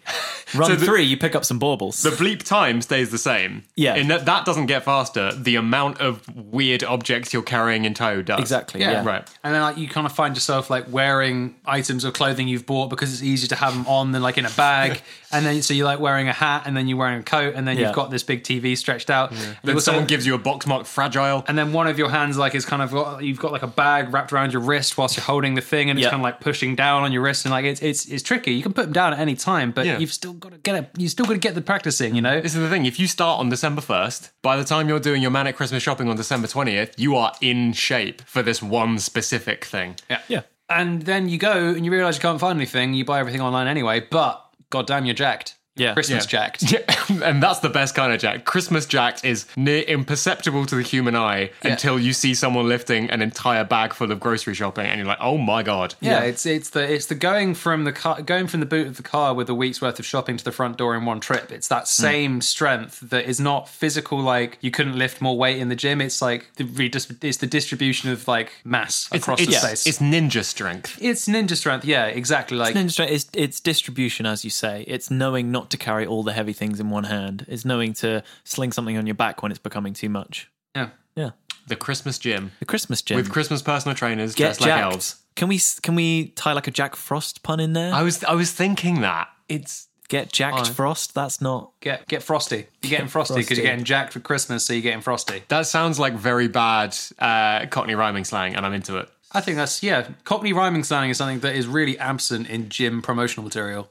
Speaker 1: Run
Speaker 3: the-
Speaker 1: three, you pick up some baubles.
Speaker 3: the bleep time stays the same.
Speaker 1: Yeah.
Speaker 3: and that, that doesn't get faster. The amount of weird objects you're carrying in tow does
Speaker 1: exactly. Yeah.
Speaker 3: Right.
Speaker 2: And then like you kind of find yourself like wearing items or clothing you've bought because it's easier to have them on than like in a bag. and then so you're like wearing a hat, and then you're wearing a coat, and then
Speaker 1: Yeah.
Speaker 2: you've got this big TV stretched out. And you
Speaker 3: Then
Speaker 2: also-
Speaker 3: someone gives you a box marked fragile.
Speaker 2: and then one of your hands like is kind of got, you've got like a bag wrapped around your wrist whilst you're holding the thing and it's
Speaker 1: Yeah.
Speaker 2: kind of like pushing down on your wrist and like it's it's it's tricky you can put them down at any time but
Speaker 3: Yeah.
Speaker 2: you've still got to get it you still got to get the practice in you know
Speaker 3: This is the thing. If you start on December 1st, by the time you're doing your manic Christmas shopping on December 20th, you are in shape for this one specific thing.
Speaker 1: Yeah.
Speaker 2: and then you go and you realize you can't find anything you buy everything online anyway but goddamn you're jacked
Speaker 1: Yeah.
Speaker 2: christmas
Speaker 1: (laughs)
Speaker 2: jacked
Speaker 3: Yeah, (laughs) and that's the best kind of jacked. Christmas jacked is near imperceptible to the human eye until you see someone lifting an entire bag full of grocery shopping and you're like, oh my god.
Speaker 2: Yeah, it's it's the it's the going from the car, going from the boot of the car with a week's worth of shopping to the front door in one trip. It's that same strength that is not physical. Like you couldn't lift more weight in the gym. It's like the redis- it's the distribution of like mass
Speaker 3: It's,
Speaker 2: across
Speaker 3: it's,
Speaker 2: the space.
Speaker 3: it's ninja strength.
Speaker 2: It's ninja strength. Yeah, exactly. Like
Speaker 1: It's, it's, it's distribution, as you say. It's knowing not to carry all the heavy things in one hand. It's knowing to sling something on your back when it's becoming too much.
Speaker 2: yeah.
Speaker 1: Yeah.
Speaker 3: the Christmas gym
Speaker 1: The Christmas gym.
Speaker 2: Mm.
Speaker 3: with Christmas personal trainers
Speaker 1: Get
Speaker 3: dressed like
Speaker 1: jacked.
Speaker 3: elves.
Speaker 1: Can we can we tie like a Jack Frost pun in there?
Speaker 3: I was I was thinking that it's
Speaker 1: Get jacked
Speaker 2: Oh.
Speaker 1: Frost. That's not.
Speaker 2: Get get frosty. You're getting frosty because
Speaker 1: frosty.
Speaker 2: you're getting jacked for Christmas, so you're getting frosty.
Speaker 3: that sounds like very bad uh, Cockney rhyming slang, and I'm into it.
Speaker 2: I think that's yeah. Cockney rhyming slang is something that is really absent in gym promotional material.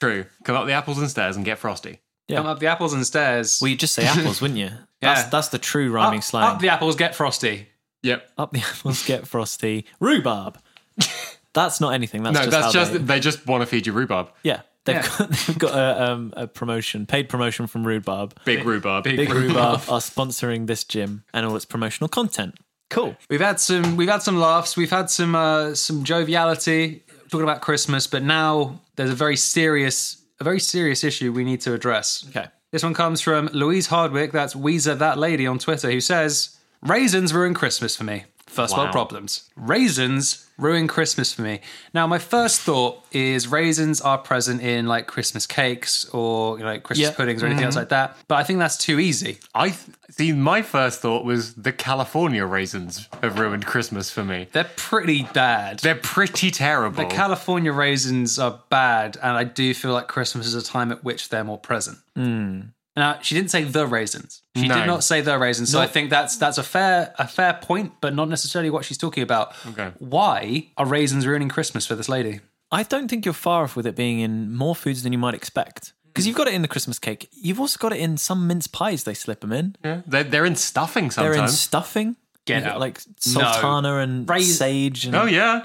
Speaker 3: True. Come up the apples and stairs and get frosty.
Speaker 2: Come up the apples and stairs.
Speaker 1: Well, you'd
Speaker 3: (laughs)
Speaker 1: just say apples, wouldn't you? That's that's the true
Speaker 2: up,
Speaker 1: rhyming
Speaker 3: Uh,
Speaker 1: slang.
Speaker 2: up the apples, get frosty.
Speaker 3: Yep.
Speaker 1: Up the (laughs) apples, get frosty. Rhubarb. (laughs) That's not anything. That's
Speaker 3: No,
Speaker 1: just
Speaker 3: that's
Speaker 1: how
Speaker 3: just
Speaker 1: they-
Speaker 3: they, just want to feed you rhubarb.
Speaker 1: yeah. They've
Speaker 2: Yeah.
Speaker 1: got, (laughs) they've got a, um, a promotion, paid promotion from Rhubarb.
Speaker 3: Big rhubarb.
Speaker 1: Big
Speaker 3: (laughs)
Speaker 1: Rhubarb are sponsoring this gym and all its promotional content. Cool.
Speaker 2: We've had some we've had some laughs. We've had some uh, some joviality talking about Christmas, but now there's a very serious a very serious issue we need to address.
Speaker 1: Okay.
Speaker 2: This one comes from Louise Hardwick, that's Weezer That Lady on Twitter, who says, Raisins ruin Christmas for me. First
Speaker 3: Wow.
Speaker 2: world problems. Raisins ruin Christmas for me. Now, my first thought is raisins are present in like Christmas cakes or you know, like Christmas
Speaker 1: Yeah.
Speaker 2: puddings or anything else like that. But I think that's too easy.
Speaker 3: I th- see. My first thought was the California raisins have ruined Christmas for me.
Speaker 2: They're pretty bad.
Speaker 3: They're pretty terrible.
Speaker 2: the California raisins are bad, and I do feel like Christmas is a time at which they're more present. Now, she didn't say the raisins. She
Speaker 3: Hmm. No.
Speaker 2: did not say the raisins. So I think that's that's a fair a fair point, but not necessarily what she's talking about.
Speaker 3: Okay.
Speaker 2: Why are raisins ruining Christmas for this lady?
Speaker 1: I don't think you're far off with it being in more foods than you might expect. Because you've got it in the Christmas cake. You've also got it in some mince pies they slip them in.
Speaker 3: Yeah, they're, they're in stuffing
Speaker 1: They're
Speaker 3: sometimes.
Speaker 1: in stuffing.
Speaker 2: Get
Speaker 1: You've got,
Speaker 2: out.
Speaker 1: Like sultana and
Speaker 2: Rais-
Speaker 1: sage. And,
Speaker 3: oh yeah.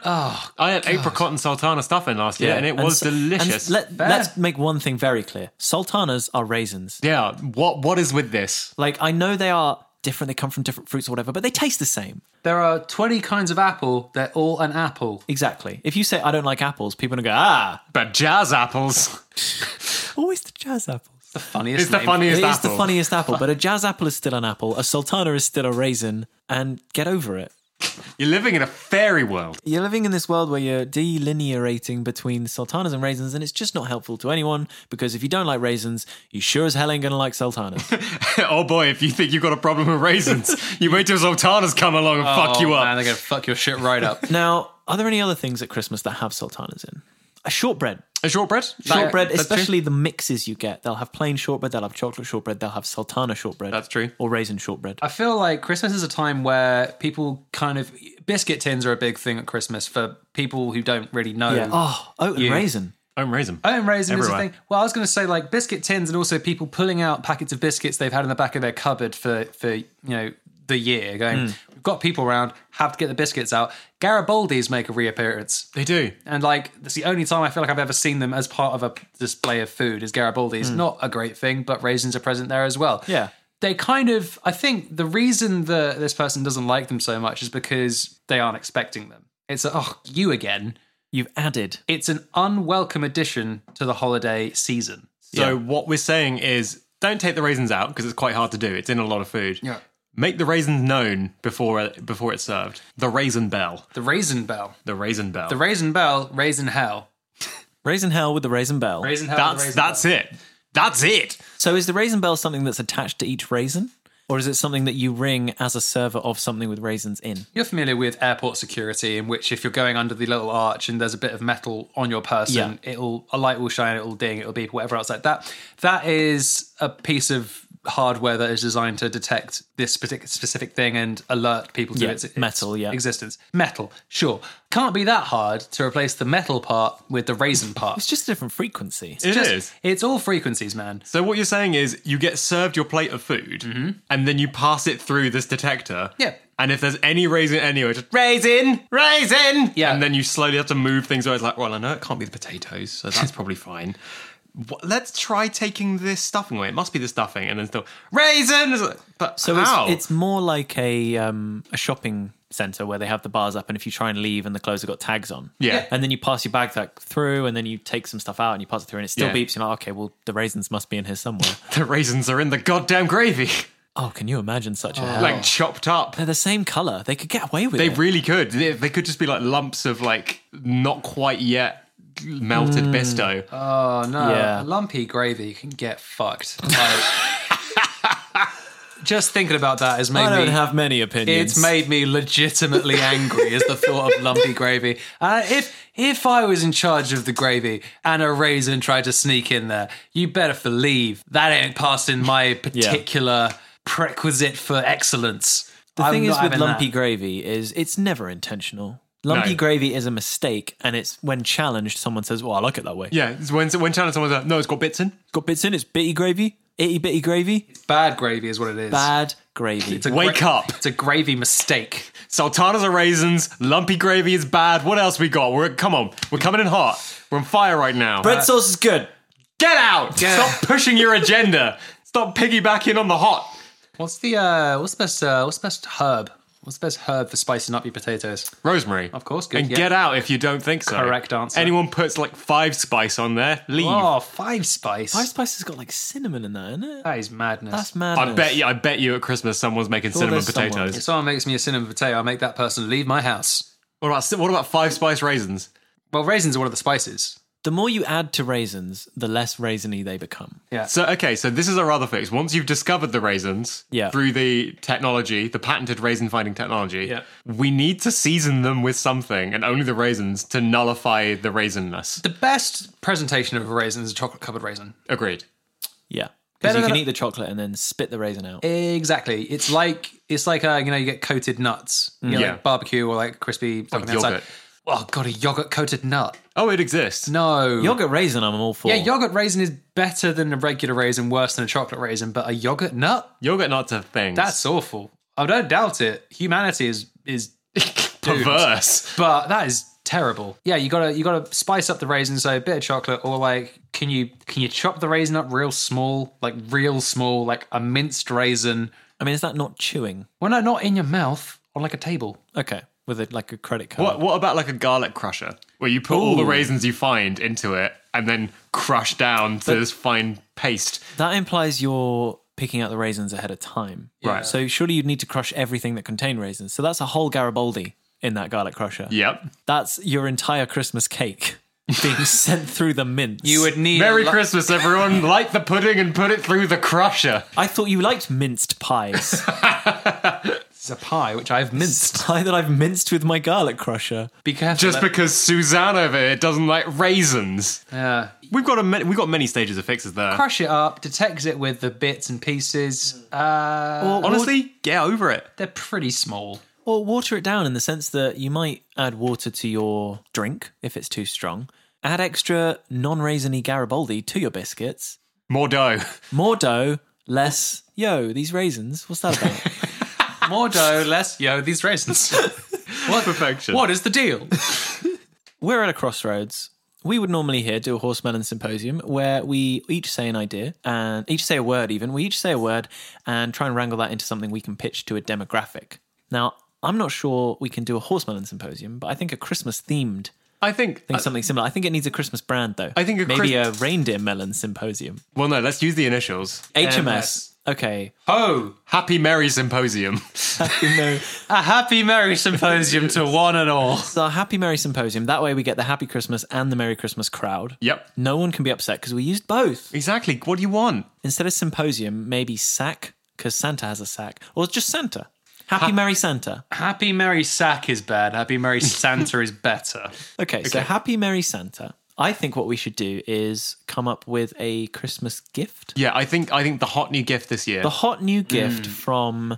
Speaker 3: I had apricot and sultana stuffing last year, and it was
Speaker 1: s- and
Speaker 3: delicious.
Speaker 1: let, us make one thing very clear. Sultanas are raisins.
Speaker 3: yeah. What what is with this?
Speaker 1: Like I know they are different, they come from different fruits or whatever, but they taste the same.
Speaker 2: There are 20 kinds of apple. They're all an
Speaker 3: (laughs)
Speaker 2: apple.
Speaker 1: Exactly. If you say I don't like apples, people are gonna go, ah,
Speaker 3: But jazz apples.
Speaker 1: always the jazz apples.
Speaker 2: The funniest
Speaker 3: It's the
Speaker 2: name.
Speaker 1: It
Speaker 3: funniest
Speaker 1: is
Speaker 3: apple.
Speaker 1: the funniest apple, (laughs) but a jazz apple is still an apple, a sultana is still a raisin, and get over it.
Speaker 3: You're living in a fairy world.
Speaker 1: You're living in this world where you're delineating between sultanas and raisins, and it's just not helpful to anyone because if you don't like raisins, you sure as hell ain't gonna like sultanas. (laughs)
Speaker 3: (laughs) oh boy, if you think you've got a problem
Speaker 2: (laughs)
Speaker 3: with raisins, you wait till sultanas come along and fuck
Speaker 2: Oh,
Speaker 3: you up.
Speaker 2: Man, they're going to fuck your shit right
Speaker 3: (laughs)
Speaker 2: up.
Speaker 1: Now, are there any other things at Christmas that have sultanas in? A shortbread.
Speaker 3: a shortbread.
Speaker 1: Shortbread,
Speaker 3: That's true.
Speaker 1: especially the mixes you get. They'll have plain shortbread, they'll have chocolate shortbread, they'll have sultana shortbread.
Speaker 3: That's true.
Speaker 1: Or raisin shortbread.
Speaker 2: I feel like Christmas is a time where people kind of biscuit tins are a big thing at Christmas for people who don't really know.
Speaker 1: yeah. Oh, oat and raisin.
Speaker 3: I'm raisin.
Speaker 2: Own raisin is a
Speaker 3: Everywhere.
Speaker 2: thing. Well, I was going to say like biscuit tins and also people pulling out packets of biscuits they've had in the back of their cupboard for for you know the year. Going, we've got people around, have to get the biscuits out. Garibaldi's make a reappearance,
Speaker 3: They do.
Speaker 2: and like that's the only time I feel like I've ever seen them as part of a display of food is Garibaldi's. Not a great thing, but raisins are present there as well.
Speaker 1: Yeah.
Speaker 2: They kind of, I think the reason that this person doesn't like them so much is because they aren't expecting them. It's a, oh, you again
Speaker 1: You've added.
Speaker 2: it's an unwelcome addition to the holiday season.
Speaker 3: So what we're saying is don't take the raisins out because it's quite hard to do. It's in a lot of food.
Speaker 2: Yeah.
Speaker 3: Make the raisins known before before it's served. The raisin bell.
Speaker 2: The raisin bell,
Speaker 3: The raisin bell.
Speaker 2: the raisin bell, raisin hell,
Speaker 1: Raisin hell with the raisin bell.
Speaker 2: raisin hell.
Speaker 3: that's that's it. That's it.
Speaker 1: So is the raisin bell something that's attached to each raisin? Or is it something that you ring as a server of something with raisins in?
Speaker 2: You're familiar with airport security, in which if you're going under the little arch and there's a bit of metal on your person, it'll a light will shine, it'll ding, it'll beep, whatever else like that. That is a piece of hardware that is designed to detect this particular specific thing and alert people to
Speaker 1: Yeah,
Speaker 2: its, its
Speaker 1: metal, yeah.
Speaker 2: existence. Metal, sure, can't be that hard to replace the metal part with the raisin part.
Speaker 1: It's just a different frequency.
Speaker 3: It is.
Speaker 2: Just- It's all frequencies, man.
Speaker 3: So what you're saying is you get served your plate of food and then you pass it through this detector.
Speaker 2: Yeah.
Speaker 3: And if there's any raisin anywhere, just raisin, raisin.
Speaker 2: Yeah.
Speaker 3: And then you slowly have to move things. Where it's like, well, I know it can't be the potatoes, so that's probably fine. Wha- Let's try taking this stuffing away. It must be the stuffing, and then still raisin. It's like, But
Speaker 1: So
Speaker 3: how?
Speaker 1: it's, it's more like a um, a shopping center where they have the bars up, and if you try and leave, and the clothes have got tags on,
Speaker 3: Yeah.
Speaker 1: and then you pass your bag back through, and then you take some stuff out, and you pass it through, and it still
Speaker 3: Yeah.
Speaker 1: beeps. You're like, okay, well, the raisins must be in here somewhere.
Speaker 3: the raisins are in the goddamn gravy, (laughs)
Speaker 1: oh, can you imagine such a hell?
Speaker 3: like chopped up.
Speaker 1: They're the same color. They could get away with
Speaker 3: They
Speaker 1: it.
Speaker 3: really could. They, they could just be like lumps of like not quite yet melted pesto.
Speaker 2: Oh no,
Speaker 1: Yeah.
Speaker 2: lumpy gravy can get fucked. Like, just thinking about that has made
Speaker 1: I don't
Speaker 2: me.
Speaker 1: have many opinions.
Speaker 2: it's made me legitimately angry is the thought of lumpy gravy. Uh, if if I was in charge of the gravy and a raisin tried to sneak in there, you better believe that ain't passing my particular prerequisite for excellence.
Speaker 1: The
Speaker 2: I'm
Speaker 1: thing is
Speaker 2: not
Speaker 1: with
Speaker 2: having that.
Speaker 1: lumpy gravy is it's never intentional. Lumpy
Speaker 3: No.
Speaker 1: gravy is a mistake, and it's when challenged, someone says, "Well, I like it that way."
Speaker 3: Yeah, it's when when telling someone's like, no, it's got bits in.
Speaker 1: It's got bits in. It's bitty gravy, itty bitty gravy,
Speaker 2: Bad gravy is what it is.
Speaker 1: bad gravy.
Speaker 2: It's a
Speaker 3: Wake up.
Speaker 2: It's a gravy mistake.
Speaker 3: Sultanas are raisins. Lumpy gravy is bad. What else we got? We're come on. We're coming in hot. We're on fire right now.
Speaker 1: Bread sauce is good.
Speaker 3: Get out!
Speaker 2: Yeah.
Speaker 3: Stop pushing your agenda. Stop piggybacking on the hot.
Speaker 2: What's the uh, what's the best uh, what's the best herb? What's the best herb for spicing up your potatoes?
Speaker 3: Rosemary, of
Speaker 2: course, good,
Speaker 3: and
Speaker 2: yeah.
Speaker 3: get out if you don't think so.
Speaker 2: Correct answer.
Speaker 3: Anyone puts like five spice on there, leave.
Speaker 2: Oh, five spice.
Speaker 1: Five Spice has got like cinnamon in there, isn't it?
Speaker 2: That is madness.
Speaker 1: That's madness.
Speaker 3: I bet you. I bet you at Christmas someone's making cinnamon
Speaker 1: there's someone.
Speaker 3: potatoes.
Speaker 2: If someone makes me a cinnamon potato, I make that person leave my house.
Speaker 3: What about what about five spice raisins?
Speaker 2: Well, raisins are one of the spices.
Speaker 1: The more you add to raisins, the less raisiny they become.
Speaker 3: So okay, so this is our other fix. Once you've discovered the raisins
Speaker 1: Yeah.
Speaker 3: through the technology, the patented raisin finding technology,
Speaker 2: Yeah.
Speaker 3: we need to season them with something, and only the raisins to nullify the raisinness.
Speaker 2: The best presentation of a raisin is a chocolate covered raisin.
Speaker 3: Agreed.
Speaker 1: Yeah. Because
Speaker 2: Better
Speaker 1: you can
Speaker 2: than-
Speaker 1: eat the chocolate and then spit the raisin out.
Speaker 2: Exactly. It's like it's like uh, you know you get coated nuts. You know,
Speaker 3: Yeah.
Speaker 2: like barbecue or like crispy like
Speaker 3: yogurt.
Speaker 2: Oh god, a yogurt coated nut.
Speaker 3: Oh, it exists.
Speaker 2: No.
Speaker 1: Yogurt raisin, I'm all for.
Speaker 2: yeah, yogurt raisin is better than a regular raisin, worse than a chocolate raisin, but a yogurt nut?
Speaker 3: Yogurt nuts are things.
Speaker 2: That's awful. I don't doubt it. Humanity is is (laughs)
Speaker 3: perverse.
Speaker 2: but that is terrible. Yeah, you gotta you gotta spice up the raisin, so a bit of chocolate, or like can you can you chop the raisin up real small, like real small, like a minced raisin?
Speaker 1: I mean, is that not chewing?
Speaker 2: Well, no, not in your mouth on like a table.
Speaker 1: Okay. With a, like a credit card.
Speaker 3: What what about like a garlic crusher, where you put all the
Speaker 1: Ooh.
Speaker 3: raisins you find into it and then crush down to this fine paste?
Speaker 1: That implies you're picking out the raisins ahead of time.
Speaker 3: Right.
Speaker 1: So surely you'd need to crush everything that contained raisins. So that's a whole Garibaldi in that garlic crusher.
Speaker 3: Yep.
Speaker 1: That's your entire Christmas
Speaker 2: (laughs)
Speaker 1: cake being sent through the mince.
Speaker 2: You would need
Speaker 3: Merry
Speaker 2: a lo- (laughs)
Speaker 3: Christmas, everyone! Light the pudding and put it through the crusher.
Speaker 1: I thought you liked minced
Speaker 2: (laughs)
Speaker 1: pies. (laughs)
Speaker 2: It's a pie, which I've minced.
Speaker 1: pie that I've minced with my garlic crusher.
Speaker 2: Be careful.
Speaker 3: Just
Speaker 2: that-
Speaker 3: because Suzanne over here doesn't like raisins.
Speaker 2: yeah.
Speaker 3: We've got a ma- we've got many stages of fixes there.
Speaker 2: Crush it up, detect it with the bits and pieces. Uh,
Speaker 3: Honestly, get over it.
Speaker 2: they're pretty small.
Speaker 1: Or water it down in the sense that you might add water to your drink if it's too strong. Add extra non raisiny Garibaldi to your biscuits.
Speaker 3: More (laughs) dough.
Speaker 1: More dough, less, yo, these raisins, what's that about?
Speaker 3: (laughs)
Speaker 2: More dough, (laughs) less yo. These raisins. (laughs) what
Speaker 3: Perfection.
Speaker 2: What is the deal?
Speaker 1: We're at a crossroads. We would normally here do a horsemelon symposium where we each say an idea and each say a word, even. We each say a word and try and wrangle that into something we can pitch to a demographic. Now, I'm not sure we can do a horsemelon symposium, but I think a Christmas themed
Speaker 3: I think.
Speaker 1: think uh, something similar. I think it needs a Christmas brand though.
Speaker 3: I think a
Speaker 1: maybe
Speaker 3: Chris-
Speaker 1: a reindeer melon symposium.
Speaker 3: well, no. Let's use the initials.
Speaker 1: HMS. Okay.
Speaker 2: (laughs) Oh,
Speaker 3: Happy Merry Symposium. (laughs)
Speaker 1: no.
Speaker 2: a happy merry symposium to one and
Speaker 1: (laughs)
Speaker 2: all.
Speaker 1: It's our Happy Merry Symposium. That way we get the Happy Christmas and the Merry Christmas crowd.
Speaker 3: yep.
Speaker 1: No one can be upset because we used both.
Speaker 3: Exactly. What do you want?
Speaker 1: Instead of symposium, maybe sack because Santa has a sack, or just Santa. Happy Merry Santa.
Speaker 2: Happy Merry Sack is bad. Happy Merry Santa is better.
Speaker 1: Okay, so Happy Merry Santa. I think what we should do is come up with a Christmas gift.
Speaker 3: Yeah, I think I think the hot new gift this year.
Speaker 1: The hot new gift from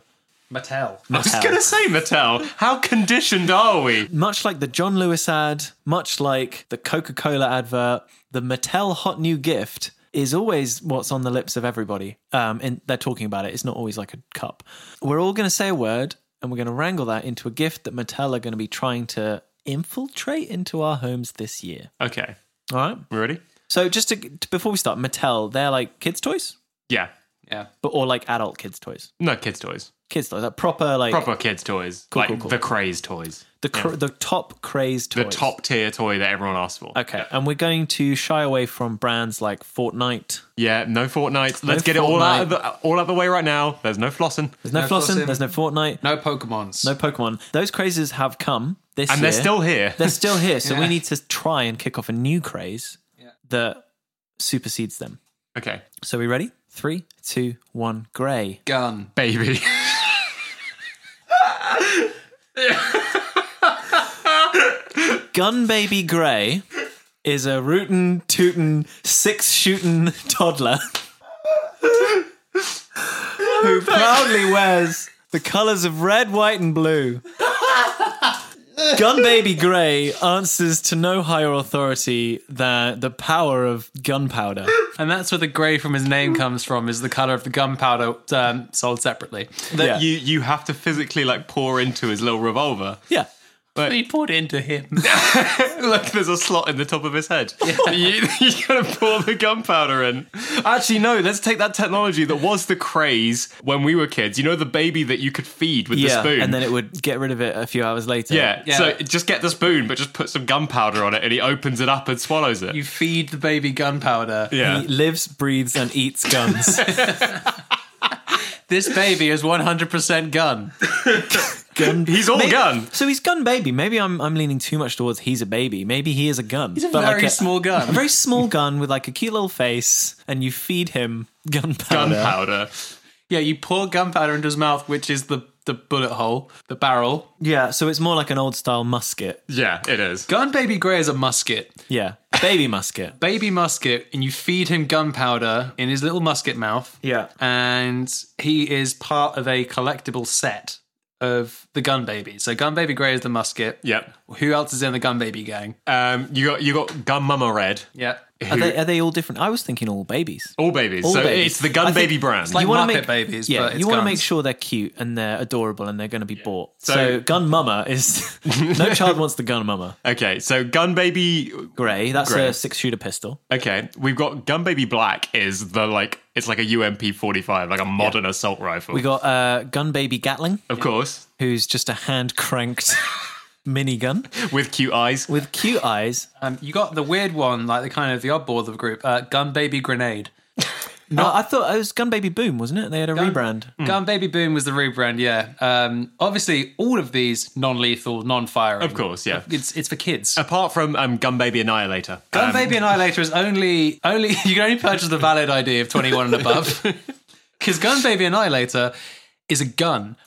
Speaker 2: Mattel.
Speaker 3: I was gonna say Mattel. How conditioned are we?
Speaker 1: much like the John Lewis ad, much like the Coca Cola advert, the Mattel hot new gift is always what's on the lips of everybody. Um, and they're talking about it. It's not always like a cup. We're all going to say a word and we're going to wrangle that into a gift that Mattel are going to be trying to infiltrate into our homes this year.
Speaker 3: Okay,
Speaker 1: All right.
Speaker 3: we ready?
Speaker 1: So just to, to- before we start, Mattel, they're like kids' toys,
Speaker 3: Yeah.
Speaker 2: Yeah.
Speaker 1: but or like adult kids' toys.
Speaker 3: No kids toys.
Speaker 1: Kids' toys, like proper, like
Speaker 3: Proper kids toys. like
Speaker 1: cool, cool.
Speaker 3: the craze toys.
Speaker 1: the cr- the top craze toys.
Speaker 3: The top tier toy that everyone asks for.
Speaker 1: Okay, and we're going to shy away from brands like Fortnite.
Speaker 3: Yeah, no Fortnite. Let's get it all out of the all out of the way right now. There's no flossing.
Speaker 1: There's no,
Speaker 2: No
Speaker 1: flossing,
Speaker 2: flossing.
Speaker 1: There's no Fortnite.
Speaker 2: No Pokemons.
Speaker 1: No Pokemon. Those crazes have come this
Speaker 3: And
Speaker 1: year.
Speaker 3: they're still here.
Speaker 1: they're still here. So we
Speaker 2: Yeah.
Speaker 1: need to try and kick off a new craze that supersedes them.
Speaker 3: (laughs) Okay.
Speaker 1: So we ready? Three, two, one, grey.
Speaker 2: Gun.
Speaker 3: baby.
Speaker 1: Gun Baby Grey is a rootin' tootin' six shootin' toddler
Speaker 3: (laughs)
Speaker 1: who proudly wears the colours of red, white, and blue. Gun Baby Grey answers to no higher authority than the power of gunpowder.
Speaker 2: And that's where the grey from his name comes from, is the colour of the gunpowder um, sold separately.
Speaker 1: Yeah.
Speaker 3: That you you have to physically like pour into his little revolver. (laughs)
Speaker 1: yeah.
Speaker 2: But he poured it into him.
Speaker 3: Look, there's a slot in the top of his head. (laughs) you, you gotta pour the gunpowder in. Actually, no, let's take that technology that was the craze when we were kids. You know, the baby that you could feed with the
Speaker 1: Yeah.
Speaker 3: spoon.
Speaker 1: And then it would get rid of it a few hours later.
Speaker 3: yeah.
Speaker 2: Yeah.
Speaker 3: so just get the spoon, but just put some gunpowder on it, and he opens it up and swallows it.
Speaker 2: you feed the baby gunpowder.
Speaker 3: yeah, (laughs)
Speaker 1: He lives, breathes, and eats guns.
Speaker 2: This baby is 100% gun.
Speaker 1: gun.
Speaker 3: he's all
Speaker 1: Maybe-
Speaker 3: gun.
Speaker 1: So he's gun baby. Maybe I'm I'm leaning too much towards he's a baby. Maybe he is a gun. He's
Speaker 2: a very small gun.
Speaker 1: A (laughs) very small gun with like a cute little face, and you feed him gunpowder.
Speaker 3: Gunpowder.
Speaker 2: Yeah, you pour gunpowder into his mouth, which is the, the bullet hole, the barrel.
Speaker 1: Yeah, so it's more like an old style musket.
Speaker 3: Yeah, it is.
Speaker 2: Gun baby grey is a musket.
Speaker 1: Yeah, baby musket.
Speaker 2: Baby musket, and you feed him gunpowder in his little musket mouth.
Speaker 1: Yeah.
Speaker 2: And he is part of a collectible set of the gun baby. So gun baby grey is the musket.
Speaker 3: Yep.
Speaker 2: Who else is in the gun baby gang?
Speaker 3: Um, you got you got Gun Mama Red.
Speaker 2: Yeah.
Speaker 1: Are they, are they all different? I was thinking all babies.
Speaker 3: All babies.
Speaker 1: All
Speaker 3: Oh, so
Speaker 1: babies.
Speaker 3: it's the
Speaker 1: I
Speaker 3: Gun
Speaker 1: think
Speaker 3: Baby brand.
Speaker 2: like
Speaker 1: wanna
Speaker 2: Muppet Babies,
Speaker 1: yeah.
Speaker 2: but it's
Speaker 1: you wanna
Speaker 2: guns.
Speaker 1: make sure they're cute and they're adorable and they're going to be bought. So,
Speaker 3: So-
Speaker 1: gun mama
Speaker 3: (laughs)
Speaker 1: is no child wants the gun mama.
Speaker 3: okay, so Gun Baby.
Speaker 1: Gray, that's
Speaker 3: Grey.
Speaker 1: a six shooter pistol.
Speaker 3: Okay, we've got Gun Baby Black is the like it's like a UMP forty five, like a modern assault rifle.
Speaker 1: We got uh, gun baby Gatling,
Speaker 3: of course,
Speaker 1: who's just a hand cranked (laughs) minigun.
Speaker 3: with cute eyes.
Speaker 1: with cute eyes.
Speaker 2: Um, you got the weird one, like the kind of the oddball of the group, uh, Gun Baby Grenade.
Speaker 1: Uh, I thought it was Gun Baby Boom, wasn't it? They had a rebrand.
Speaker 2: Gun Baby Boom was the rebrand, yeah. Um, obviously, all of these non-lethal, non-firing.
Speaker 3: Of course, yeah.
Speaker 2: it's it's for kids.
Speaker 3: Apart from um, Gun Baby Annihilator.
Speaker 2: Gun
Speaker 3: Um,
Speaker 2: Baby Annihilator is only only (laughs) you can only purchase the valid ID of twenty one and (laughs) above, because Gun Baby Annihilator is a gun.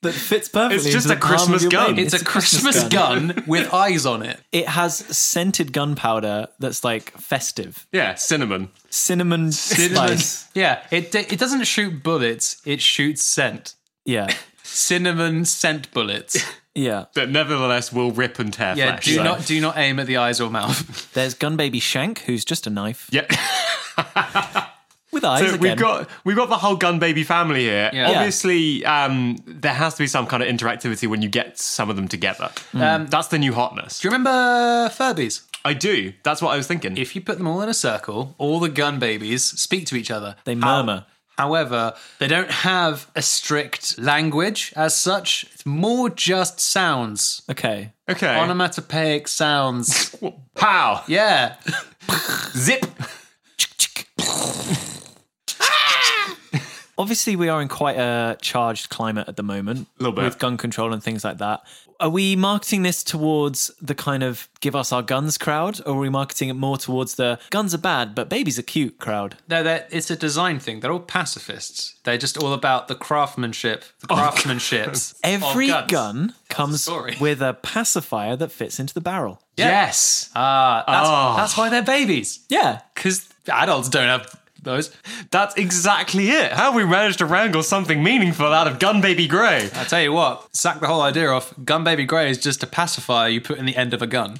Speaker 1: That fits perfectly.
Speaker 3: It's just
Speaker 1: into the
Speaker 3: a
Speaker 1: palm of
Speaker 3: Christmas
Speaker 1: your
Speaker 3: gun.
Speaker 1: baby.
Speaker 2: It's, a, Christmas, gun. (laughs) with eyes on it.
Speaker 1: It has scented gunpowder that's like festive,
Speaker 3: yeah, cinnamon.
Speaker 1: cinnamon,
Speaker 3: (laughs)
Speaker 1: spice.
Speaker 2: Yeah, it d- it doesn't shoot bullets. It shoots scent,
Speaker 1: Yeah,
Speaker 2: cinnamon scent (laughs) bullets.
Speaker 1: yeah.
Speaker 3: That nevertheless will rip and tear
Speaker 2: Yeah,
Speaker 3: flesh.
Speaker 2: do
Speaker 3: so-
Speaker 2: not do not aim at the eyes or mouth.
Speaker 1: There's Gun Baby Shank, who's just a knife
Speaker 3: (laughs) Yeah.
Speaker 1: with eyes.
Speaker 3: So
Speaker 1: again.
Speaker 3: we've got we've got the whole gun baby family here.
Speaker 2: Yeah.
Speaker 3: Obviously, um, there has to be some kind of interactivity when you get some of them together. That's the new hotness.
Speaker 2: Do you remember Furbies?
Speaker 3: I do. That's what I was thinking.
Speaker 2: If you put them all in a circle, all the gun babies speak to each other.
Speaker 1: They
Speaker 2: How-
Speaker 1: murmur.
Speaker 2: However, they don't have a strict language as such. It's more just sounds,
Speaker 1: okay.
Speaker 3: okay.
Speaker 2: onomatopoeic
Speaker 3: (laughs)
Speaker 2: sounds.
Speaker 3: Pow.
Speaker 2: yeah.
Speaker 3: Zip.
Speaker 1: Obviously, we are in quite a charged climate at the moment
Speaker 3: Little bit.
Speaker 1: with gun control and things like that. Are we marketing this towards the kind of give us our guns crowd, or are we marketing it more towards the guns are bad but babies are cute crowd?
Speaker 2: No, they're, it's a design thing. They're all pacifists. They're just all about the craftsmanship, the
Speaker 3: Oh,
Speaker 2: craftsmanships. of
Speaker 1: Every
Speaker 2: guns.
Speaker 1: gun comes
Speaker 2: story. (laughs)
Speaker 1: with a pacifier that fits into the barrel.
Speaker 3: (laughs) Yes.
Speaker 2: Ah, that's,
Speaker 3: Oh.
Speaker 2: that's why they're babies.
Speaker 1: Yeah.
Speaker 2: Because adults don't have those.
Speaker 3: That's exactly it. How we managed to wrangle something meaningful out of Gun Baby Grey.
Speaker 2: I tell you what, sack the whole idea off. Gun Baby Grey is just a pacifier you put in the end of a
Speaker 3: (laughs)
Speaker 2: gun,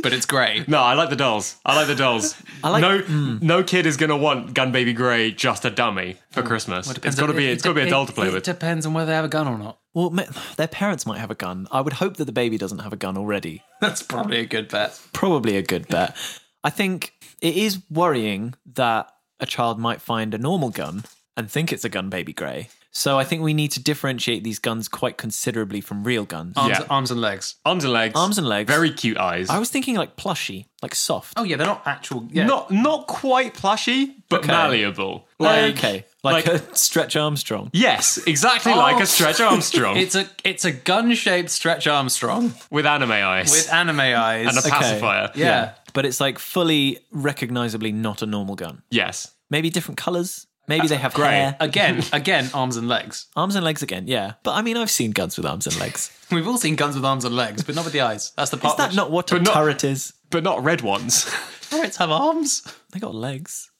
Speaker 2: but it's grey.
Speaker 3: No, I like the dolls. I like the dolls.
Speaker 1: like-
Speaker 3: no, no kid is gonna want Gun Baby Grey just a dummy for Christmas. it's gotta be. It's gotta be a doll to play
Speaker 2: it
Speaker 3: with.
Speaker 2: depends on whether they have a gun or not.
Speaker 1: Well, ma- their parents might have a gun. I would hope that the baby doesn't have a gun already.
Speaker 2: (laughs) That's probably a good bet.
Speaker 1: Probably a good bet. I think it is worrying that a child might find a normal gun and think it's a gun baby grey. So I think we need to differentiate these guns quite considerably from real guns.
Speaker 2: Arms,
Speaker 3: Yeah.
Speaker 2: arms and legs.
Speaker 3: arms and legs.
Speaker 1: Arms and legs.
Speaker 3: Very cute eyes.
Speaker 1: I was thinking like plushy, like soft.
Speaker 2: Oh yeah, they're not actual. Yeah.
Speaker 3: Not not quite plushy, but malleable.
Speaker 1: okay. Like,
Speaker 3: like-
Speaker 1: a (laughs) Stretch Armstrong.
Speaker 3: yes, exactly like a Stretch Armstrong
Speaker 2: It's a it's a gun shaped Stretch Armstrong
Speaker 3: with anime eyes
Speaker 2: with anime eyes.
Speaker 3: and a pacifier.
Speaker 2: yeah.
Speaker 1: but it's like fully recognizably not a normal gun.
Speaker 3: Yes.
Speaker 1: Maybe different colors. Maybe they have
Speaker 3: Grey.
Speaker 1: hair,
Speaker 2: Again, (laughs) again, arms and legs.
Speaker 1: arms and legs again. Yeah, but I mean, I've seen guns with arms and legs.
Speaker 2: We've all seen guns with arms and legs, but not with the eyes. That's the part.
Speaker 1: Is that
Speaker 2: which-
Speaker 1: not what a
Speaker 3: not-
Speaker 1: turret is?
Speaker 3: But not red ones. (laughs)
Speaker 2: turrets have arms?
Speaker 1: They got legs.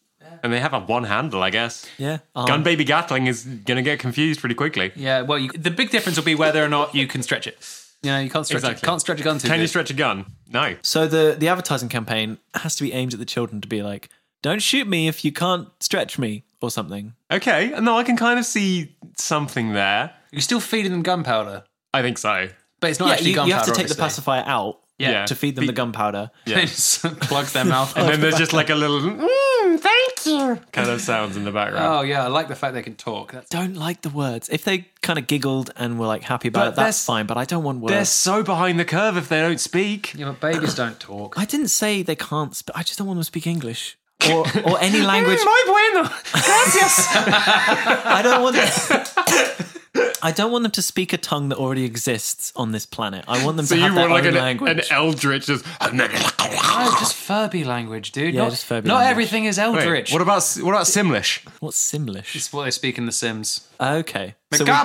Speaker 3: and they have a one handle, I guess.
Speaker 1: Yeah,
Speaker 3: Gun
Speaker 1: arm.
Speaker 3: Baby Gatling is going to get confused pretty quickly.
Speaker 2: Yeah. Well, you, the big difference will be whether or not you can stretch it. You know, you can't stretch.
Speaker 3: Exactly.
Speaker 2: It. Can't stretch a gun too.
Speaker 3: Can you
Speaker 2: good.
Speaker 3: stretch a gun? No.
Speaker 1: So the the advertising campaign has to be aimed at the children to be like, "Don't shoot me if you can't stretch me" or something.
Speaker 3: Okay. No, I can kind of see something there.
Speaker 2: You're still feeding them gunpowder,
Speaker 3: I think so.
Speaker 2: but it's not
Speaker 1: yeah,
Speaker 2: actually
Speaker 1: you, you
Speaker 2: gunpowder.
Speaker 1: have to take the
Speaker 2: obviously.
Speaker 1: pacifier out
Speaker 3: Yeah.
Speaker 1: to feed them the gunpowder.
Speaker 3: Yeah.
Speaker 2: It (laughs) just plugs their mouth.
Speaker 3: And then there's just like a little, mm, thank you, kind of sounds in the background.
Speaker 2: oh yeah, I like the fact they can talk. That's
Speaker 1: Don't like the words. If they kind of giggled and were like happy about
Speaker 3: But
Speaker 1: it, that's
Speaker 3: there's-
Speaker 1: fine. But I don't want
Speaker 3: They're
Speaker 1: words.
Speaker 3: so behind the curve if they don't speak.
Speaker 2: yeah, but babies don't talk.
Speaker 1: I didn't say they can't. Sp- I just don't want them to speak English or or
Speaker 3: (laughs)
Speaker 1: any language.
Speaker 3: Mm, bueno. Gracias.
Speaker 1: I don't want them. (laughs) I don't want them to speak a tongue that already exists on this planet. I want them
Speaker 3: (laughs) so
Speaker 1: to
Speaker 3: you
Speaker 1: have
Speaker 3: were
Speaker 1: their
Speaker 3: like
Speaker 1: own
Speaker 3: an,
Speaker 1: language.
Speaker 3: an eldritch just.
Speaker 2: Oh, just Furby language, dude.
Speaker 1: Yeah,
Speaker 2: not,
Speaker 1: just Furby
Speaker 2: Not
Speaker 1: language.
Speaker 2: everything is eldritch.
Speaker 3: Wait, what about what about Simlish?
Speaker 1: What's Simlish?
Speaker 2: It's what they speak in The (laughs) Sims.
Speaker 1: Okay. So we-
Speaker 2: I (laughs)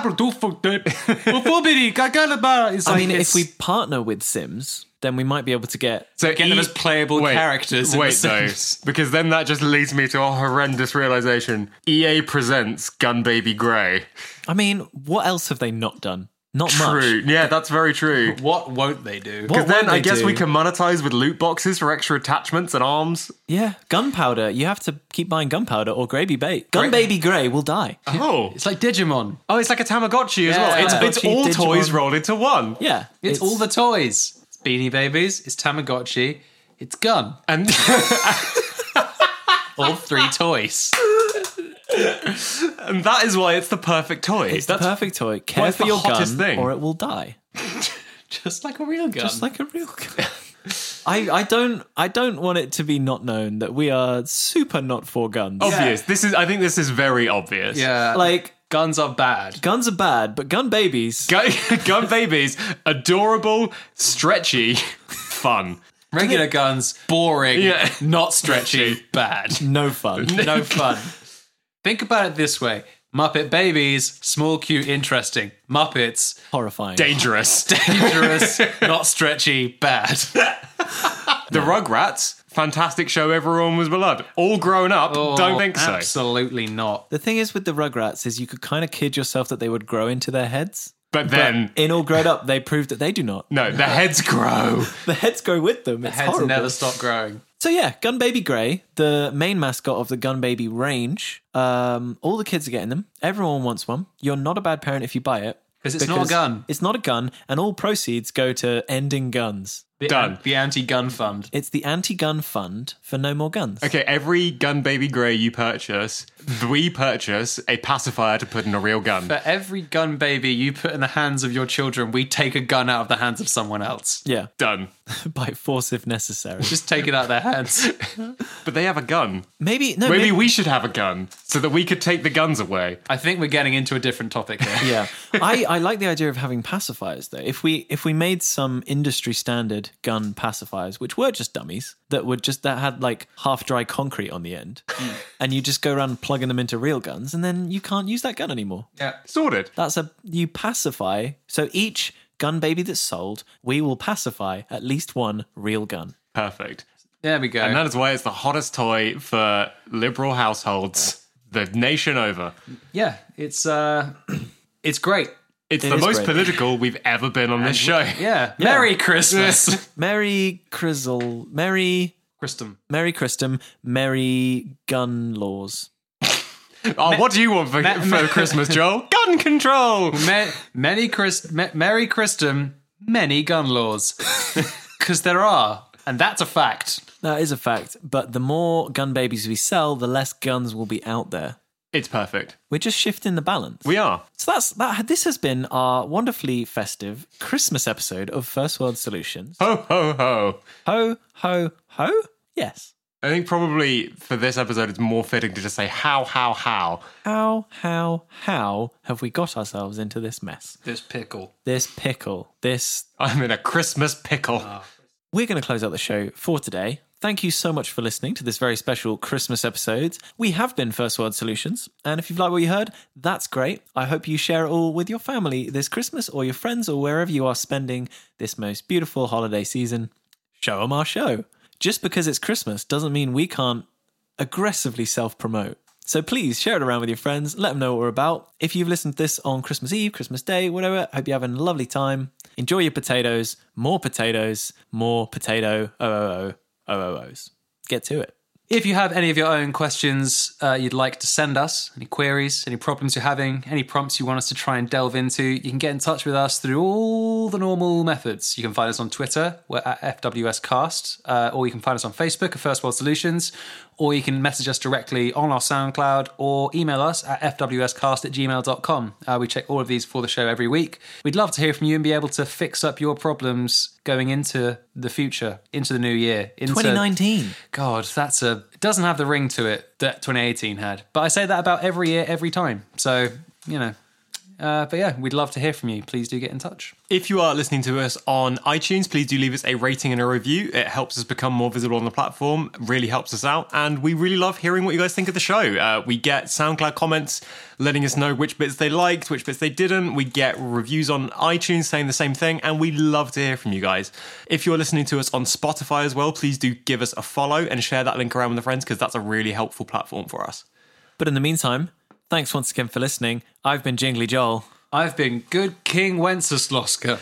Speaker 1: I mean, if we partner with Sims, then we might be able to get.
Speaker 3: So e
Speaker 2: Get them as playable characters in
Speaker 3: Wait,
Speaker 2: The
Speaker 3: though,
Speaker 2: Sims.
Speaker 3: because then that just leads me to a horrendous realization. EA presents Gun Baby Grey.
Speaker 1: I mean, what else have they not done? Not much.
Speaker 3: True. Yeah, that's very true.
Speaker 2: what won't they do?
Speaker 1: What
Speaker 3: Because then
Speaker 1: won't
Speaker 3: I
Speaker 1: they
Speaker 3: guess
Speaker 1: do?
Speaker 3: we can monetize with loot boxes for extra attachments and arms.
Speaker 1: Yeah, gunpowder. You have to keep buying gunpowder or Grey Be Bait. Gun Baby Grey will die.
Speaker 3: Oh,
Speaker 2: It's like Digimon.
Speaker 3: oh, it's like a Tamagotchi as
Speaker 2: Yeah.
Speaker 3: well. It's, it's
Speaker 1: Tamagotchi,
Speaker 3: all toys
Speaker 1: Digimon.
Speaker 3: rolled into one.
Speaker 1: Yeah,
Speaker 2: It's, all the toys. It's Beanie Babies. It's Tamagotchi. It's Gun.
Speaker 3: And (laughs)
Speaker 1: (laughs)
Speaker 2: All three toys.
Speaker 3: and that is why it's the perfect toy.
Speaker 1: It's the perfect toy. Care
Speaker 3: it's
Speaker 1: for
Speaker 3: the
Speaker 1: your gun,
Speaker 3: hottest thing?
Speaker 1: or it will die.
Speaker 2: Just like a real gun.
Speaker 1: It's like a real
Speaker 3: (laughs)
Speaker 1: gun. I, I don't I don't want it to be not known that we are super not for guns.
Speaker 3: obvious. This is. I think this is very obvious.
Speaker 2: yeah.
Speaker 1: Like
Speaker 2: guns are bad.
Speaker 1: guns are bad, but gun babies.
Speaker 3: Gun, (laughs) gun babies, adorable, stretchy, (laughs) fun.
Speaker 2: Regular guns, boring,
Speaker 3: Yeah.
Speaker 2: not (laughs) stretchy, bad.
Speaker 1: no
Speaker 3: (laughs)
Speaker 1: fun.
Speaker 2: No fun. Think about it this way. Muppet babies, small, cute, interesting. Muppets,
Speaker 1: Horrifying.
Speaker 2: (laughs)
Speaker 3: dangerous.
Speaker 2: dangerous, not stretchy, bad.
Speaker 3: the Rugrats, fantastic show. Everyone was beloved. All grown up. (laughs)
Speaker 1: Oh,
Speaker 3: don't think so.
Speaker 2: Absolutely not.
Speaker 1: The thing is with the Rugrats is you could kind of kid yourself that they would grow into their heads.
Speaker 3: But then.
Speaker 1: In all grown up, they proved that they do not. (laughs)
Speaker 3: no, the heads grow.
Speaker 1: The heads go with them. It's
Speaker 2: Heads
Speaker 1: horrible.
Speaker 2: never stop growing.
Speaker 1: So yeah, Gun Baby Grey, the main mascot of the Gun Baby range. Um, all the kids are getting them. Everyone wants one. You're not a bad parent if you buy it.
Speaker 2: 'Cause it's not a gun.
Speaker 1: It's not a gun, and all proceeds go to ending guns.
Speaker 2: The,
Speaker 3: Done.
Speaker 2: The anti-gun fund.
Speaker 1: It's the anti-gun fund for no more guns.
Speaker 3: Okay, every gun baby grey you purchase, we purchase a pacifier to put in a real gun.
Speaker 2: For every gun baby you put in the hands of your children, we take a gun out of the hands of someone else.
Speaker 1: Yeah, (laughs)
Speaker 3: Done.
Speaker 1: by force if
Speaker 2: (laughs)
Speaker 1: necessary.
Speaker 2: Just take it out of their
Speaker 3: (laughs)
Speaker 2: hands.
Speaker 3: But they have a gun.
Speaker 1: Maybe no.
Speaker 3: Maybe
Speaker 1: maybe
Speaker 3: we should have a gun so that we could take the guns away.
Speaker 2: I think we're getting into a different topic here.
Speaker 1: yeah I, I like the idea of having pacifiers though if we if we made some industry standard gun pacifiers which were just dummies that would just that had like half dry concrete on the end and you just go around plugging them into real guns and then you can't use that gun anymore
Speaker 2: Yeah.
Speaker 3: Sorted.
Speaker 1: that's a you pacify so each gun baby that's sold we will pacify at least one real gun
Speaker 3: Perfect.
Speaker 2: There we go.
Speaker 3: And that is why it's the hottest toy for liberal households the nation over.
Speaker 2: yeah, it's uh (clears throat) it's great.
Speaker 3: It's
Speaker 1: It
Speaker 3: the
Speaker 1: is
Speaker 3: most
Speaker 1: great.
Speaker 3: political we've ever been on this show.
Speaker 2: Yeah. Merry
Speaker 3: (laughs)
Speaker 2: Christmas.
Speaker 1: merry crizzle merry
Speaker 2: Christum.
Speaker 1: merry christum merry gun laws
Speaker 3: Oh, what do you want for,
Speaker 2: Ma-
Speaker 3: for Christmas, Joel? Gun control.
Speaker 2: Ma- many Chris, ma- Merry Christum, many gun laws, (laughs) because there are, and that's a fact.
Speaker 1: That is a fact. But the more gun babies we sell, the less guns will be out there.
Speaker 3: It's perfect.
Speaker 1: We're just shifting the balance.
Speaker 3: We are.
Speaker 1: so that's that. This has been our wonderfully festive Christmas episode of First World Solutions.
Speaker 3: Ho ho ho.
Speaker 1: Ho ho ho! Yes.
Speaker 3: I think probably for this episode, it's more fitting to just say how how how.
Speaker 1: How how how have we got ourselves into this mess?
Speaker 2: This pickle.
Speaker 1: This pickle. This.
Speaker 3: I'm in a Christmas pickle.
Speaker 1: We're going to close out the show for today. Thank you so much for listening to this very special Christmas episode. We have been First World Solutions, and if you've liked what you heard, that's great. I hope you share it all with your family this Christmas or your friends or wherever you are spending this most beautiful holiday season. Show 'em our show. Just because it's Christmas doesn't mean we can't aggressively self promote. So please share it around with your friends. Let them know what we're about. If you've listened to this on Christmas Eve, Christmas Day, whatever, hope you're having a lovely time. Enjoy your potatoes, more potatoes, more potato oh, OOO OOOs. oh, Get to it.
Speaker 2: If you have any of your own questions uh, you'd like to send us, any queries, any problems you're having, any prompts you want us to try and delve into, you can get in touch with us through all the normal methods. You can find us on Twitter, we're at FWScast, uh, or you can find us on Facebook at First World Solutions, or you can message us directly on our SoundCloud or email us at FWScast at gmail.com. Uh, we check all of these for the show every week. We'd love to hear from you and be able to fix up your problems going into the future, into the new year, into
Speaker 1: 2019.
Speaker 2: God, that's a it doesn't have the ring to it that 2018 had. But I say that about every year, every time. So you know, uh, but yeah, we'd love to hear from you. Please do get in touch.
Speaker 3: If you are listening to us on iTunes, please do leave us a rating and a review. It helps us become more visible on the platform, really helps us out, and we really love hearing what you guys think of the show. Uh, we get SoundCloud comments letting us know which bits they liked, which bits they didn't. We get reviews on iTunes saying the same thing, and we love to hear from you guys. If you're listening to us on Spotify as well, please do give us a follow and share that link around with your friends because that's a really helpful platform for us.
Speaker 1: But in the meantime, thanks once again for listening. I've been Jingly Joel.
Speaker 2: I've been good King Wenceslasker.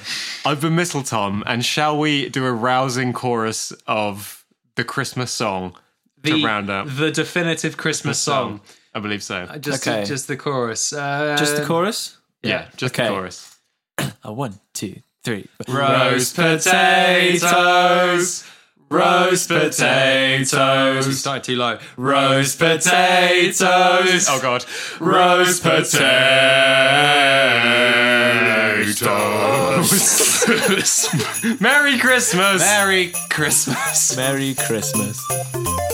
Speaker 3: I've been Mistletoe, and shall we do a rousing chorus of the Christmas song to round up?
Speaker 2: the Uh, definitive Christmas song.
Speaker 3: I believe so.
Speaker 2: Just,
Speaker 1: Okay.
Speaker 2: just the chorus. Uh,
Speaker 1: Just the chorus.
Speaker 3: yeah, just
Speaker 1: Okay.
Speaker 3: the chorus.
Speaker 1: A one, two, three.
Speaker 3: Roast potatoes, roast
Speaker 2: We
Speaker 3: potatoes,
Speaker 2: started too low.
Speaker 3: roast potatoes. Oh god, roast potatoes. Merry Christmas. (laughs)
Speaker 2: Merry Christmas.
Speaker 1: Merry Christmas.